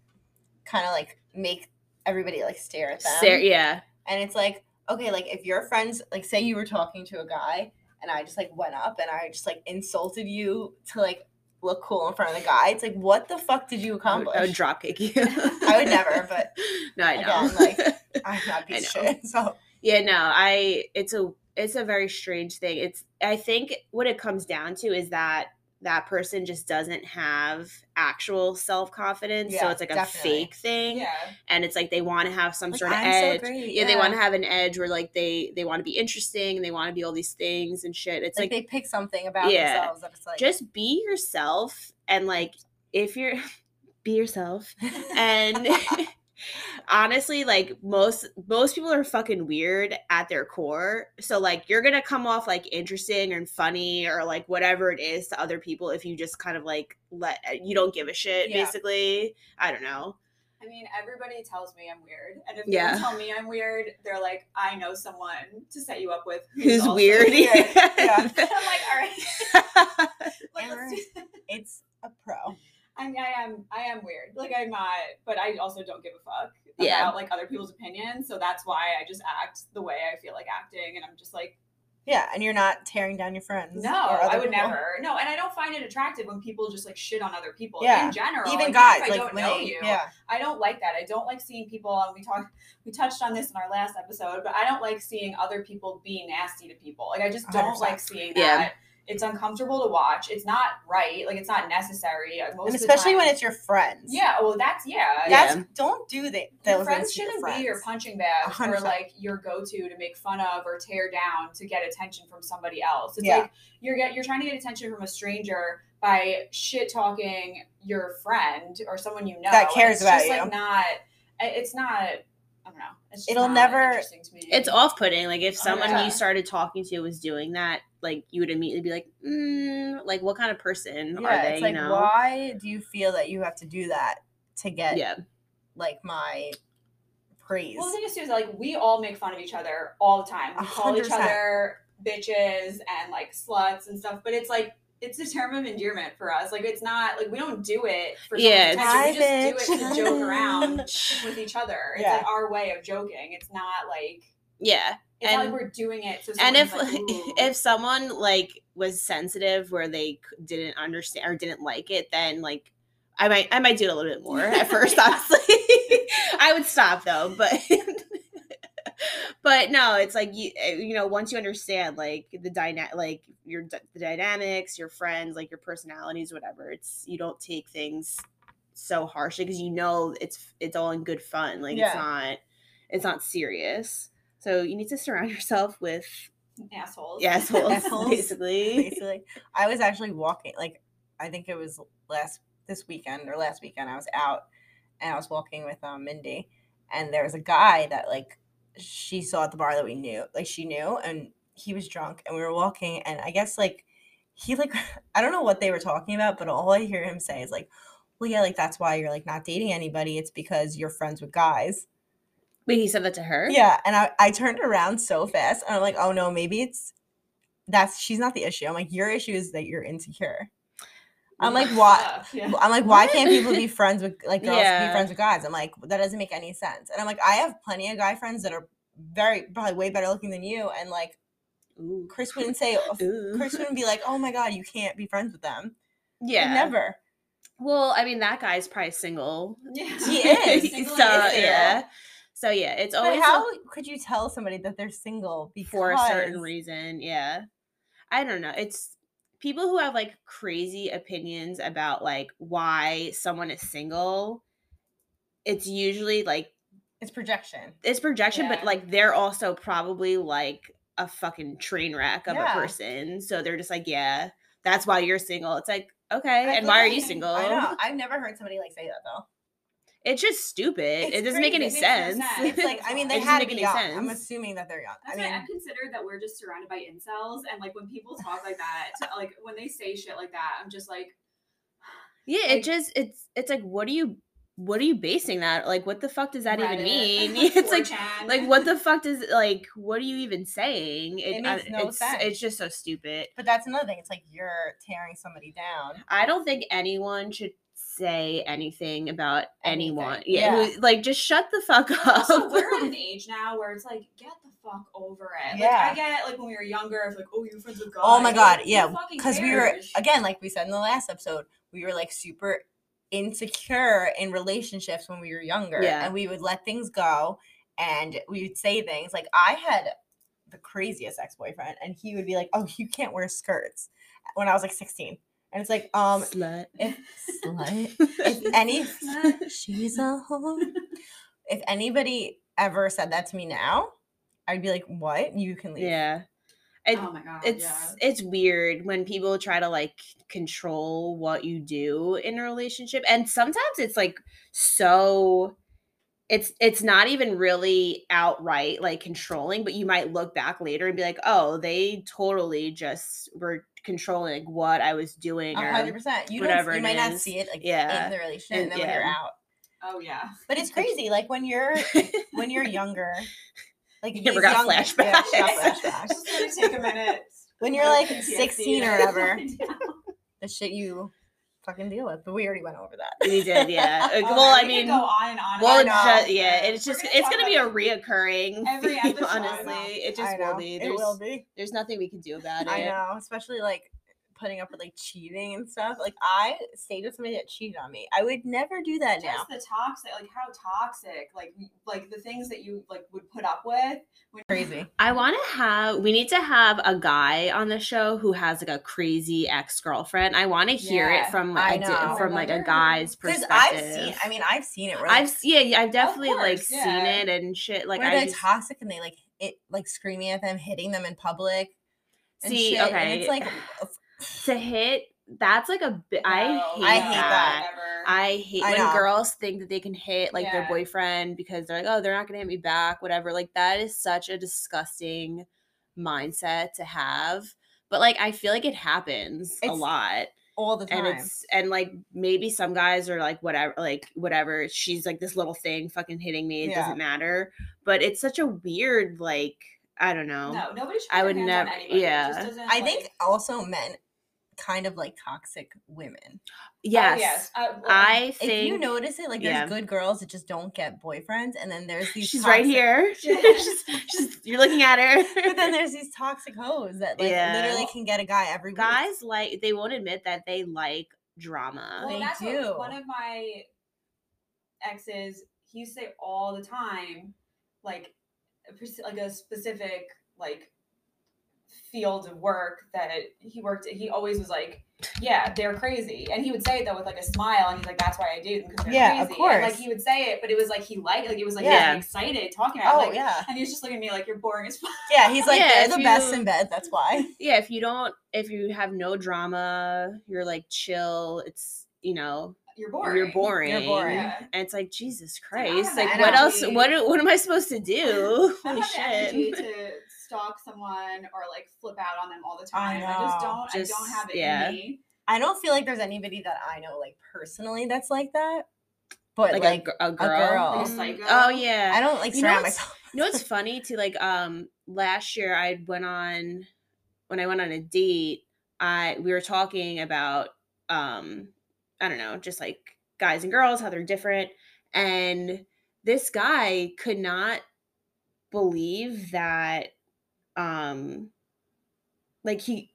kind of like make everybody like stare at them. Ser- yeah, And it's like, okay, like if your friends, like say you were talking to a guy and I just like went up and I just like insulted you to like look cool in front of the guy, it's like, what the fuck did you I would, accomplish? I would drop kick you. I would never, but *laughs* no, I know. again, like- *laughs* I'm not a piece of *laughs* I know. shit. So Yeah, no, I it's a it's a very strange thing. It's I think what it comes down to is that that person just doesn't have actual self confidence. so Yeah, it's like definitely. a fake thing. Yeah. And it's like they want to have some Like, sort of I'm so edge. great, yeah, they yeah. want to have an edge where like they they want to be interesting and they want to be all these things and shit. It's like, like, they pick something about Yeah. themselves that it's like *laughs* just be yourself and like if you're *laughs* be yourself and *laughs* honestly like most most people are fucking weird at their core so like you're gonna come off like interesting and funny or like whatever it is to other people if you just kind of like let uh, you don't give a shit Yeah. basically i don't know I mean, everybody tells me I'm weird, and if Yeah. they tell me I'm weird, they're like, I know someone to set you up with who's also weird Yeah. *laughs* I'm like, all right, like, Amber. let's do this. it's a pro. I mean, I am, I am weird. Like, I'm not, but I also don't give a fuck about Yeah. like other people's opinions. So that's why I just act the way I feel like acting, and I'm just like, Yeah, and you're not tearing down your friends. no, or other I would people. never. No, and I don't find it attractive when people just like shit on other people Yeah. in general. Even if guys, I like don't when know they- you. yeah, I don't like that. I don't like seeing people, and we talked, we touched on this in our last episode, but I don't like seeing other people be nasty to people. Like, I just don't 100%. like seeing that. Yeah. It's uncomfortable to watch. It's not right. Like, it's not necessary. uh, Most and of the especially when time- it's your friends. yeah. Well, that's yeah. that's don't do that. Your those friends things to your shouldn't be friends. your punching bag A hundred or percent. like your go-to to make fun of or tear down to get attention from somebody else. It's Yeah. like you're get you're trying to get attention from a stranger by shit talking your friend or someone you know That It's cares about just, you. Like not, I- it's not. I don't know. It's just It'll not never- interesting to me. *laughs* it's off-putting like if Oh, someone yeah. you started talking to was doing that like you would immediately be like mm, like what kind of person Yeah, are they it's like you know why do you feel that you have to do that to get yeah like my praise? Well, the thing is, too, is like we all make fun of each other all the time. A We call each hundred percent. other bitches and like sluts and stuff, but it's like it's a term of endearment for us. Like it's not like we don't do it for someone's Yeah, attention. We Hi, just do it bitch. to joke *laughs* around with each other. It's Yeah. like our way of joking. It's not like yeah it's not And- like we're doing it. So and if *laughs* someone's like, "Ooh." if someone like was sensitive where they c- didn't understand or didn't like it then like i might i might do it a little bit *laughs* more at first honestly *laughs* i would stop though but *laughs* but no it's like you eh, you know once you understand like the dyna- like your d- the dynamics your friends like your personalities whatever it's you don't take things so harshly because you know it's it's all in good fun like Yeah. it's not it's not serious so you need to surround yourself with *laughs* assholes. yeah, assholes, Assholes. *laughs* basically. basically. I was actually walking, like I think it was last this weekend or last weekend. I was out and I was walking with um, Mindy, and there was a guy that like she saw at the bar that we knew, like she knew, and he was drunk, and we were walking, and I guess like he like *laughs* I don't know what they were talking about, but all I hear him say is like. Well, yeah, like that's why you're like not dating anybody. It's because you're friends with guys. Wait, he said that to *laughs* her? Yeah, and I, I turned around so fast, and I'm like, oh no, maybe it's that's she's not the issue. I'm like, your issue is that you're *laughs* insecure. I'm like, why? Fuck, yeah. I'm like, why What? can't people *laughs* be friends with like girls can Yeah. be friends with guys? I'm like, that doesn't make any sense. And I'm like, I have plenty of guy friends that are very probably way better looking than you, and like Ooh. Chris wouldn't say, *laughs* Ooh. Chris *laughs* wouldn't be like, oh my god, you can't be friends with them. yeah. Like, never. Well, I mean, that guy's probably single. Yeah. He *laughs* is, *laughs* so, Single is yeah. So, yeah, it's But always how a- could you tell somebody that they're single because for a certain reason. Yeah. I don't know. It's people who have like crazy opinions about like why someone is single. It's usually like It's projection. it's projection, Yeah. but like they're also probably like a fucking train wreck of Yeah. a person. So they're just like, yeah, that's why you're single. It's like, okay, I and feel why are like- you single? I know. I've never heard somebody like say that though. *laughs* It's just stupid. It's it doesn't make any crazy. It makes sense. no It's like I mean they It doesn't had to make be any young. I'm sense. assuming that they're young. That's I why mean, I consider that we're just surrounded by incels, and like when people talk like that, like when they say shit like that, I'm just like, *laughs* yeah, it like- just it's it's like what are you what are you basing that? Like what the fuck does that even Reddit, *laughs* mean? *laughs* it's like 4chan. like *laughs* what the fuck does like what are you even saying? It I- makes no it's, sense. It's just so stupid. but that's another thing. It's like you're tearing somebody down. I don't think anyone should say anything about Anything. anyone. Yeah, Yeah. who- like just shut the fuck up. *laughs* Also, we're *laughs* at an age now where it's like, get the fuck over it. Yeah. Like I get like when we were younger, it's like, oh, you're friends with guys. Oh my god, Who yeah, fucking because we were cares? again, like we said in the last episode, we were like super insecure in relationships when we were younger, Yeah. and we would let things go, and we would say things like I had the craziest ex boyfriend, and he would be like, "Oh, you can't wear skirts," when I was like 16, and And it's like, um, Slut. *laughs* if slut, if any, *laughs* she's a whore. If anybody ever said that to me now, I'd be like, what? You can leave. yeah. It- oh my god. It's yeah. it's weird when people try to like control what you do in a relationship and sometimes it's like so it's it's not even really outright like controlling but you might look back later and be like oh they totally just were controlling what I was doing A or hundred percent. You whatever don't. You it might not is. see it like Yeah. in the relationship, And- and then when you're yeah. out. Oh *laughs* yeah. But it's crazy. Like when you're when you're younger, like You never these got young- yeah, she got *laughs* flashbacks. flashbacks. *laughs* Just gonna take a minute. When you're Like *laughs* like PTSD 16 or to *laughs* whatever, find out. the shit you fucking deal with. But we already went over that. we *laughs* did yeah Uh, Oh, well man, I we could mean go on and on. well I about it's know. just, yeah that. it's We're just gonna it's talk gonna be a about this *laughs* reoccurring every theme, episode. honestly it I just know. will be It there's will be. there's nothing we can do about it I know, especially like putting up with like cheating and stuff. Like I stayed with somebody that cheated on me. I would never do that now. Just the toxic, like how toxic, like like the things that you like would put up with. When *laughs* Crazy. I want to have, we need to have a guy on the show who has like a crazy ex girlfriend. I want to hear Yeah, it from I a di- know. from like a Wonder- guy's Because perspective. I've seen. I mean, I've seen it. Where, like, I've s- yeah, yeah, I've definitely like course, seen yeah. it and shit. Like where I they're just, toxic and they like it, like screaming at them, hitting them in public. and see, shit, and okay, it's like to hit. That's like a. bi- I No, hate. I no, hate that. that. never. I hate I when know. girls think that they can hit like their Yeah. boyfriend because they're like, oh, they're not gonna hit me back, whatever. Like that is such a disgusting mindset to have. But like I feel like it happens a It's lot. all the time. And it's and like maybe some guys are like whatever like whatever she's like this little thing fucking hitting me it Yeah. doesn't matter but it's such a weird like I don't know Oh, no, nobody should. I put would hands on never- anybody. It yeah. just doesn't, I think like- oh, also men kind of like toxic women. Oh, yes, Uh, well, I think if you notice it, like there's yeah. good girls that just don't get boyfriends, and then there's these. she's toxic- right here *laughs* she's, she's- you're looking at her *laughs* *laughs* But then there's these toxic hoes that like Yeah. literally can get a guy every Mm-hmm. week. guys like they won't admit that they like drama. well, they that's what do. One of my exes, he used to say all the time, like, a pers- like a specific like field of work that he worked. He always was like, "Yeah, they're crazy," and he would say it though with like a smile, and he's like, "That's why I do them because they're Yeah, of crazy." And, like course. he would say it, but it was like he liked, like it was like Yeah. he was excited talking about. Oh it. like, yeah, And he was just looking at me like, "You're boring as fuck." yeah. He's like Yeah, they're if the best you- in bed. That's why. yeah, if you don't if you have no drama, you're like chill, it's you know, You're boring. you're boring. boring. Yeah. And it's like Jesus like, I Christ. don't Like, have what else energy. what what am I supposed to do? *laughs* I Holy don't have the *laughs* energy shit. to stalk someone or like flip out on them all the I time. I, just know. don't. I don't Just- have it yeah. in me. I don't feel like there's anybody that I know like personally that's like that. But *laughs* Like, like, a, gr- a girl. girl. Like a Mm, psycho. Oh yeah. I don't like You know surround what's- myself. you know what's funny too like um last year i went on when i went on a date i we were talking about um i don't know just like guys and girls how they're different and this guy could not believe that um like he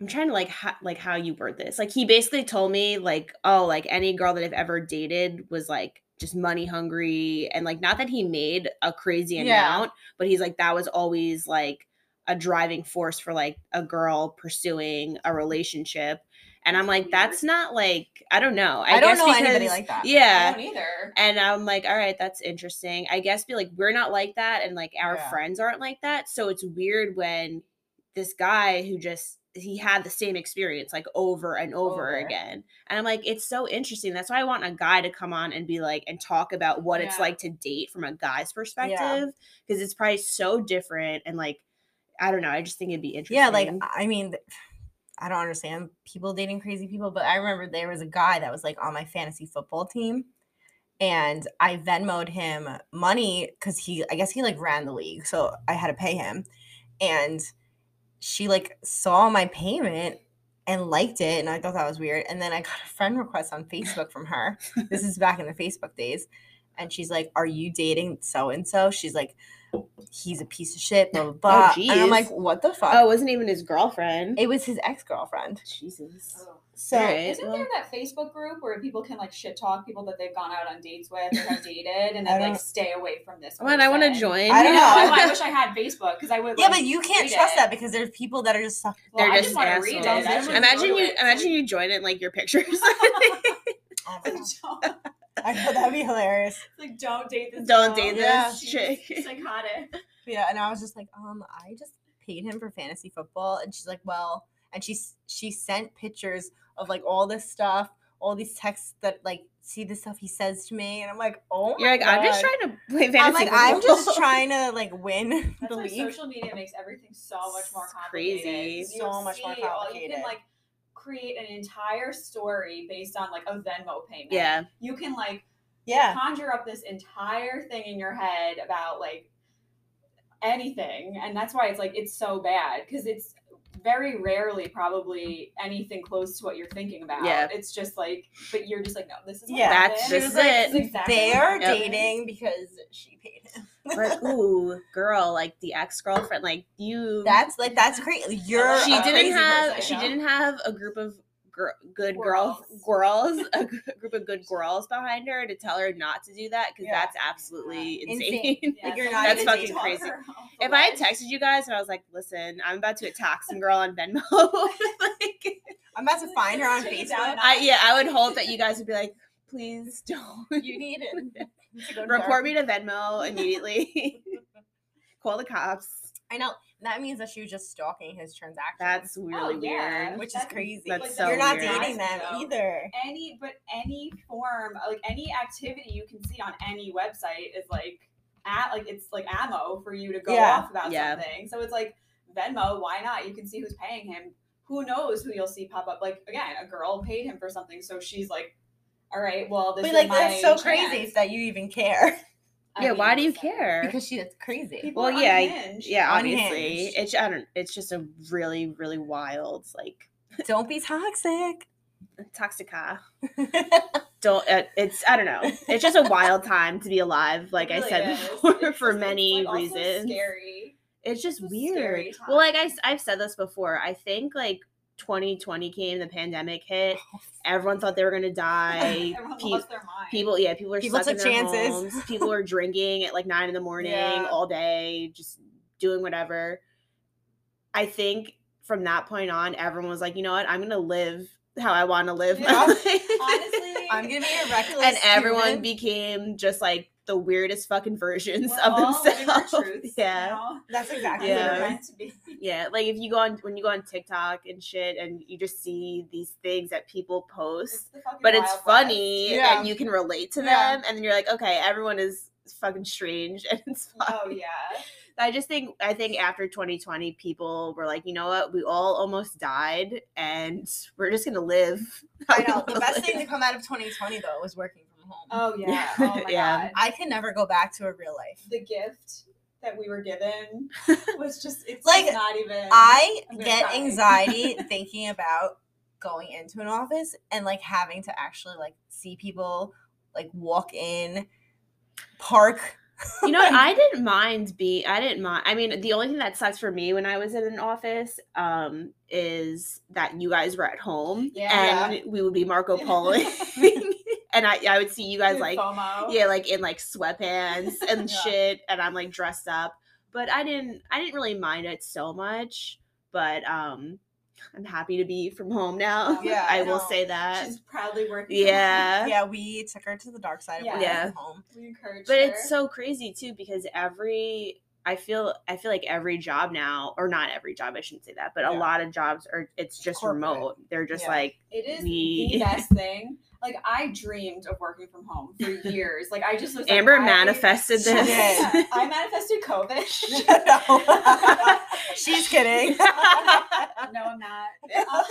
i'm trying to like how, like how you word this like he basically told me like oh like any girl that i've ever dated was like just money hungry and like not that he made a crazy amount Yeah. but he's like that was always like a driving force for like a girl pursuing a relationship and i'm like Weird. that's not like i don't know I, don't guess know anybody because- like that. yeah I don't either. and I'm like, all right, that's interesting. I guess be like, we're not like that, and like our Yeah. friends aren't like that. So it's weird when this guy who just he had the same experience like over and over, Over. again. And I'm like, it's so interesting. That's why I want a guy to come on and be like and talk about what it's Yeah. like to date from a guy's perspective. Because it's probably so different and like I don't know. I just think it'd be interesting. Yeah, like I mean, th- I don't understand people dating crazy people, but I remember there was a guy that was like on my fantasy football team, and I Venmoed him money because he, I guess he like ran the league, so I had to pay him, and she like saw my payment and liked it, and I thought that was weird, and then I got a friend request on Facebook from her. this is back in the Facebook days. And she's like, "Are you dating so and so?" She's like, "He's a piece of shit." Blah blah. blah. and I'm geez. like, "What the fuck?" Oh, it wasn't even his girlfriend. It was his ex girlfriend. Jesus. Oh. So Alright. Isn't there that Facebook group where people can like shit talk people that they've gone out on dates with or *laughs* have dated and I then don't- like stay away from this? When I want to person? join. I I don't don't know. know. *laughs* oh, I wish I had Facebook because I would. yeah, like, but you can't read trust it. that because there's people that are just *laughs* suck. Well, They're I just just want to read it. assholes. I just wanna imagine go to you it. *laughs* imagine you *laughs* join it like your pictures. *laughs* Oh my God. It's like, don't- I know that'd be hilarious. it's like don't date this. Don't girl. date this Yeah. She's chick. Psychotic. Yeah, and I was just like, um, I just paid him for fantasy football, and she's like, well, and she s- she sent pictures of like all this stuff, all these texts that like see the stuff he says to me, and I'm like, oh, You're my like, I'm just God." trying to play I'm fantasy like, I'm just *laughs* football." trying to like win That's the why league. social media makes everything so much more It's complicated. crazy. 'cause you So much more see all- You complicated. can like create an entire story based on like a Venmo payment. Yeah. You can like yeah, conjure up this entire thing in your head about like anything and that's why it's like it's so bad because it's very rarely probably anything close to what you're thinking about Yeah. it's just like but you're just like no this is what Yeah. That's happened. just Like, it. this is exactly they what are happened. dating because she paid him. But ooh, girl, like the ex girlfriend, like you. *laughs* That's like that's crazy. You're she a didn't crazy have. person. she didn't have a group of gr- good girl Girls. *laughs* girls, a g- group of good girls behind her to tell her not to do that because Yeah. that's absolutely Insane. *laughs* insane. Yeah, Like, you're so not That's you fucking talk crazy. her off the If I had ledge. texted you guys and I was like, "Listen, I'm about to attack some girl on Venmo," *laughs* like, I'm about to find her on Take down Facebook. I, yeah, I would hope that you guys would be like, "Please don't *laughs* You need it. to go to report therapy. me to Venmo immediately. *laughs* Call the cops." I know that means that she was just stalking his transactions. That's really Oh, yeah. weird. which is That's- crazy. that's Like, so you're not weird. dating them Though. either. any but any form like any activity you can see on any website is like at like it's like ammo for you to go Yeah. off about Yeah. something so it's like venmo why not you can see who's paying him who knows who you'll see pop up like again a girl paid him for something so she's like all right well this But is like my that's so chance." crazy that you even care I yeah, mean, why do you it's like, care? because she's crazy. people Well, are yeah, unhinged. yeah obviously unhinged. it's i don't it's just a really really wild like Don't be toxic. toxica don't uh, it's i don't know it's just a *laughs* wild time to be alive like It i really said is. It's before just- *laughs* for it's, many like, also reasons scary it's just It's a scary weird well like I, time. s- i've said this before i think like 2020 came the pandemic hit everyone thought they were gonna Oh, die *laughs* Everyone Pe- lost their mind. people yeah people were People stuck in took their *laughs* chances. homes. people were drinking at like nine in the morning Yeah. all day just doing whatever i think from that point on everyone was like you know what i'm gonna live how i want to live my *laughs* Yeah. life." *laughs* honestly I'm gonna be a reckless. and everyone student. became just like the weirdest fucking *laughs* versions we're of all living our themselves *laughs* truths, you yeah know? That's exactly Yeah. yeah. We're meant to be. yeah like if you go on when you go on tiktok and shit and you just see these things that people post It's the fucking but it's Wild West. funny Yeah. and you can relate to them Yeah. and then you're like okay everyone is fucking strange *laughs* and it's fine *laughs* Oh yeah. *laughs* i just think i think after 2020 people were like you know what we all almost died and we're just gonna live *laughs* I know. The best thing to come out of 2020 though was working from home. Oh yeah. Oh my Yeah. god. I can never go back to a real life. the gift that we were *laughs* given was just it's Like, like not even I I'm gonna get cry. *laughs* anxiety thinking about going into an office and like having to actually like see people like walk in, park. you know what i didn't mind be i didn't mind i mean the only thing that sucks for me when i was in an office um is that you guys were at home Yeah. and we would be *laughs* marco Yeah. poloing *laughs* and I, I would see you guys Dude, like FOMO. yeah *laughs* like in *laughs* like sweatpants and Yeah. shit and i'm like dressed up but i didn't i didn't really mind it so much but um i'm happy to be from home now Yeah, *laughs* i I will know. say that She's proudly working. on it. yeah Yeah, we took her to the dark side of Yeah. working Yeah. from home. *laughs* We encourage. but it's her. so crazy too because every i feel i feel like every job now or not every job i shouldn't say that but a Yeah. lot of jobs are it's just Corporate. remote they're just Yeah. like It is we- *laughs* the best thing. Like I dreamed of working from home *laughs* for years. Like I just was. like, amber I- manifested She this *laughs* Yeah, *laughs* I manifested COVID. No. *laughs* She's *laughs* kidding. *laughs* no, I'm not. *laughs* Um,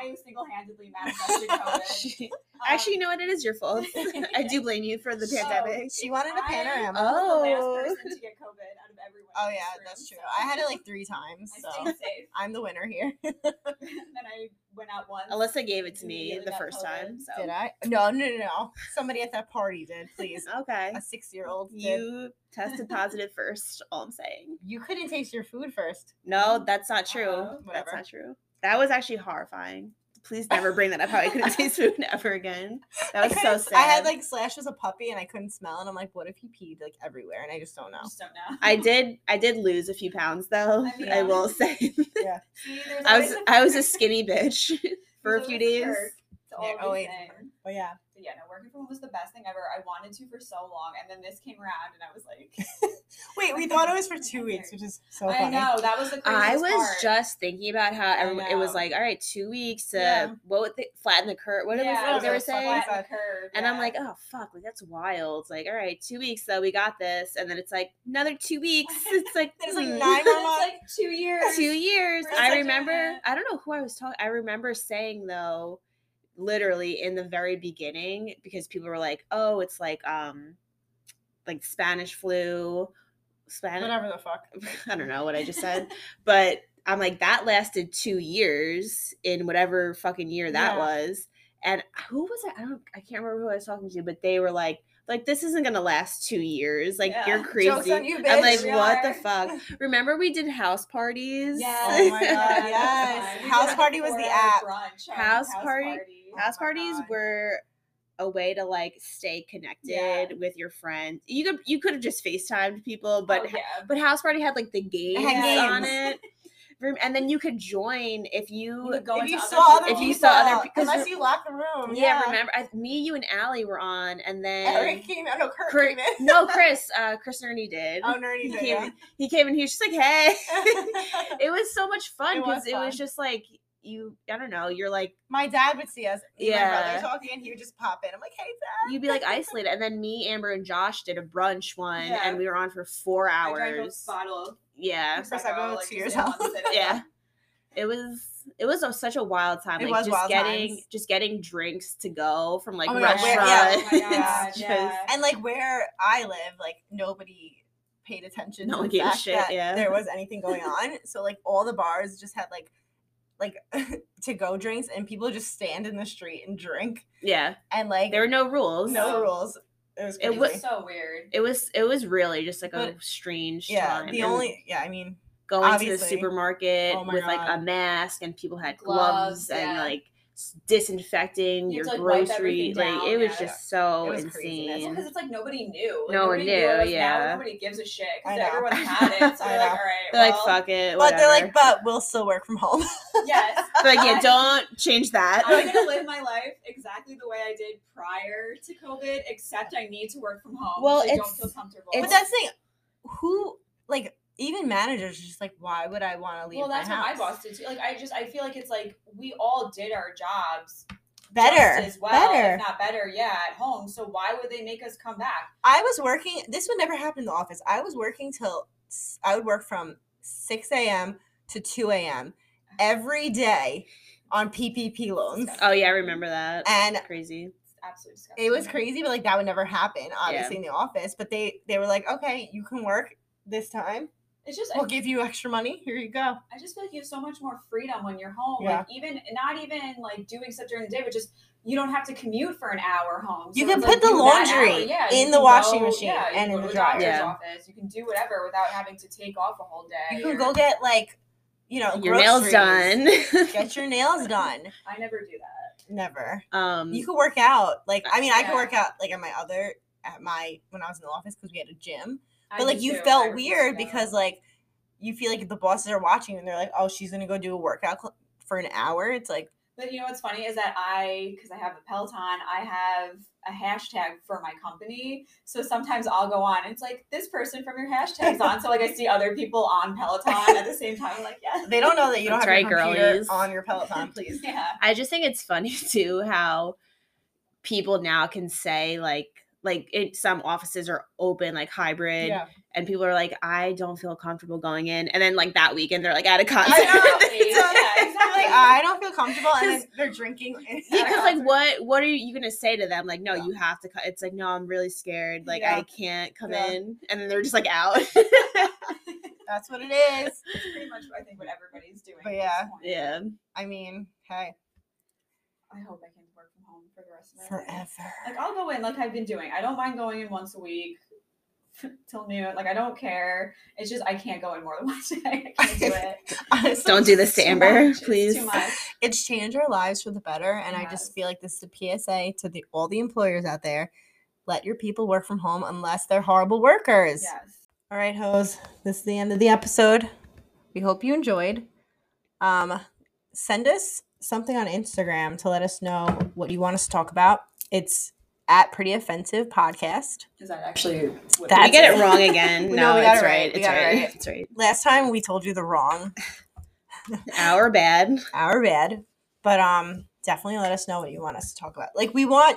I single-handedly *laughs* manifested COVID. She- Um, *laughs* actually you know what it is your fault *laughs* i do blame you for the So, pandemic she wanted a I- panorama. Oh. I Oh. was the last person to get COVID out of everyone. Oh in yeah, this that's true. room, I had it so like three times, I so stayed safe. *laughs* I'm the winner here. and then I went out once. Alyssa gave it to me Immediately the got first COVID. time. So Did I? No, no, no, no. Somebody at that party did. *laughs* Please, okay, a six-year-old. You you tested positive first. All I'm saying. you couldn't taste your food first. No, that's not true. Uh-oh, that's whatever. not true. That was actually horrifying. Please never bring that up. How I couldn't taste food ever again. That I was so couldn't- sad. I had like Slash was a puppy and I couldn't smell, and I'm like, what if he peed like everywhere? And I just don't know. I just don't know. I did. I did lose a few pounds though. I mean, I will *laughs* *laughs* say. See, there's I always was. a *laughs* I was a perk. skinny bitch for a There's few always days. oh, perk to There always everything. But yeah, But yeah, no, working from home was the best thing ever. I wanted to for so long, and then this came around, and I was like, wait, we thought it was for two weeks, which is so I funny. know that was the craziest *laughs* I was part. just thinking about how everyone, it was know. like, all right, two weeks to Yeah. what would they, flatten the curve? What yeah, was it they were was saying? flatten- flat curve, And I'm yeah. like, oh fuck, like that's wild. Like, all right, two weeks though, we got this. And then it's like another two weeks. It's like, There's *laughs* like hmm, nine It's more months. like two years. two years. We're such I a- remember. I don't know who I was talking. I remember saying though, literally in the very beginning, because people were like, oh, it's like um, like Spanish flu, Spanish. Whatever the fuck. *laughs* I don't know what I *laughs* just said, but I'm like that lasted two years in whatever fucking year that Yeah. was. And who was I? I don't. I can't remember who I was talking to, but they were like, like this isn't gonna last two years. Like Yeah. you're Joke's crazy. Jokes on you, bitch. I'm like, we what the are." fuck? Remember we did house parties? *laughs* Yes. Oh my Yeah, God, that's yes. fine. We House did, like, party was the four-hour app. brunch on House party- Oh house my parties God. were a way to like stay connected with your friends. You could you could have just FaceTimed people, but oh, yeah. but house party had like the games, on games. it. Rem- And then you could join if You you could go If into you other saw other people's- people, If you saw other pe- 'cause unless re- you locked the room. Yeah, remember I, me, you, and Allie were on, and then Eric came out. No, Kurt Kurt- came in. *laughs* no, Chris, uh, Chris Ernie did. Oh, Nerdy he did. came, Yeah. he came in here. She's like, hey, *laughs* it was so much fun It was because it, was fun. just like you. I don't know. You're like my dad would see us, me and my Yeah. brother talking, and he would just pop in. I'm like, hey, dad. you'd be like isolated, and then me, Amber, and Josh did a brunch one, Yeah. and we were on for four I drank a hours. bottle of *laughs* Yeah, Of course, I Prosecco, go like, just to your in one house. sitting. yeah. It was it was a, such a wild time. It like was just wild getting times. just getting drinks to go from like Oh my God, where- yeah. *laughs* restaurants. Oh my God, Just- yeah. And like where I live, like nobody paid attention No to one the gave a fact shit, that yeah. there was anything going on. *laughs* So like all the bars just had like like *laughs* to go drinks and people just stand in the street and drink yeah. and like There were no rules. no rules. It was It crazy. It wa- was so weird. It was it was really just like a But- strange yeah, time. the and only yeah, I mean going to the obviously- supermarket Oh my with like a God. mask and people had gloves, Gloves, and yeah. like s- disinfecting You your had to, like, wipe grocery. everything Like down, it was yeah. just It so was craziness. insane. because it's like nobody knew. Like, No one nobody knew, it was yeah. Now nobody gives a shit I because know. *laughs* everyone had it. So I they're like, know. all right. They're like well, fuck it. but oh, they're whatever." like, but we'll still work from home. *laughs* Yes. They're like yeah, don't change *laughs* that. Oh, I'm gonna live my life exactly the way I did prior to COVID, except I need to work from home. Well, so I don't it's- feel comfortable. but that's the thing. Who like even managers are just like, why would I want to leave well, that's my what my house? boss did too. Like, I just I feel like it's like we all did our jobs better, just as well, better. if not better, yeah, at home. So why would they make us come back? I was working. This would never happen in the office. I was working till s- I would work from six a.m. to two a.m. every day on PPP loans, oh yeah, I remember that. and Crazy. It's absolutely disgusting. it was crazy. But like that would never happen, obviously in the office. But they they were like, okay, you can work this time. It's just I- We'll give you extra money. Here you go. I just feel like you have so much more freedom when you're home. Yeah. Like even not even like doing stuff during the day, but just you don't have to commute for an hour home. You So can it's like, put the do that laundry hour. Yeah, in you the can washing go- machine yeah, you can and in go the to doctor's dryer. Yeah. office. You can do whatever without having to take off a whole day. You can or- go get like, you know, Your nails groceries, done. *laughs* get your nails done. I never do that. Never. um, you could work out like i mean i could Yeah. work out like at my other at my when i was in the office because we had a gym I but like do you too. I felt refuse to weird go. because like you feel like the bosses are watching and they're like oh she's gonna go do a workout cl- for an hour it's like But you know what's funny is that I, because I have a Peloton, I have a hashtag for my company. So sometimes I'll go on. It's like this person from your *laughs* hashtag's on. So like I see other people on Peloton at the same time. I'm like yeah, they don't know that you don't That's have your right, computer girlies. on your peloton *laughs* please *laughs* yeah. I just think it's funny *laughs* too how people now can say like like it, some offices are open like hybrid and people are like I don't feel comfortable going in and then like that weekend they're like at a I *laughs* concert know. Yeah, yeah, exactly. exactly. *laughs* Like, I don't feel comfortable, and Because- then they're *laughs* drinking. because like concert. what what are you gonna say to them like no Yeah. you have to co-. it's like no I'm really scared like Yeah. I can't come Yeah. in and then they're just *laughs* like *laughs* out *laughs* That's what it is. That's pretty much I think what everybody's doing. But at yeah. this point. yeah I mean, hey, I hope I can work from home for the rest of my life. forever. Like I'll go in like I've been doing. I don't mind going in once a week *laughs* till noon. Like I don't care. It's just I can't go in more than *laughs* one day. I can't do it. Honestly, Don't *laughs* do this It's to too Amber, much. It's please. Too much. *laughs* it's changed our lives for the better. And I Yes. just feel like this is a PSA to the all the employers out there. Let your people work from home unless they're horrible workers. Yes. All right, hoes. This is the end of the episode. We hope you enjoyed. Um, send us something on Instagram to let us know what you want us to talk about. It's at Pretty Offensive Podcast. Is that actually? What That's we get it it. *laughs* wrong again. We no, know we got it's it right. right, we It's got it right. right. It's right. Last time we told you the wrong *laughs* Our bad. our bad, but um, definitely let us know what you want us to talk about. Like we want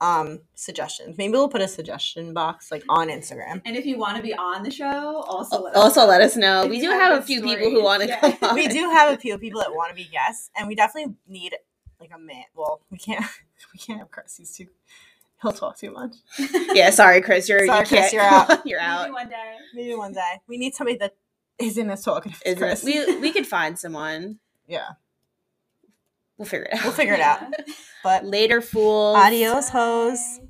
um suggestions. Maybe we'll put a suggestion box like on Instagram. *laughs* And if you want to be on the show, also let us Also, know. let us know. If We you do have have a good few people who stories. want to Yeah. come *laughs* on. We do have a few people that want to be guests, and we definitely need like a man. Well, we can't *laughs* we can't have Chris. He's too he'll talk too much. Yeah, sorry, Chris. You're Sorry, you Chris, can't *laughs* you're out. come on. You're Maybe out. one day. Maybe one day we need somebody that isn't as talkative as Isn't it? Chris. We we could find someone. *laughs* yeah, We'll figure it out. we'll figure it out. But Later, fools. adios, hoes. Bye.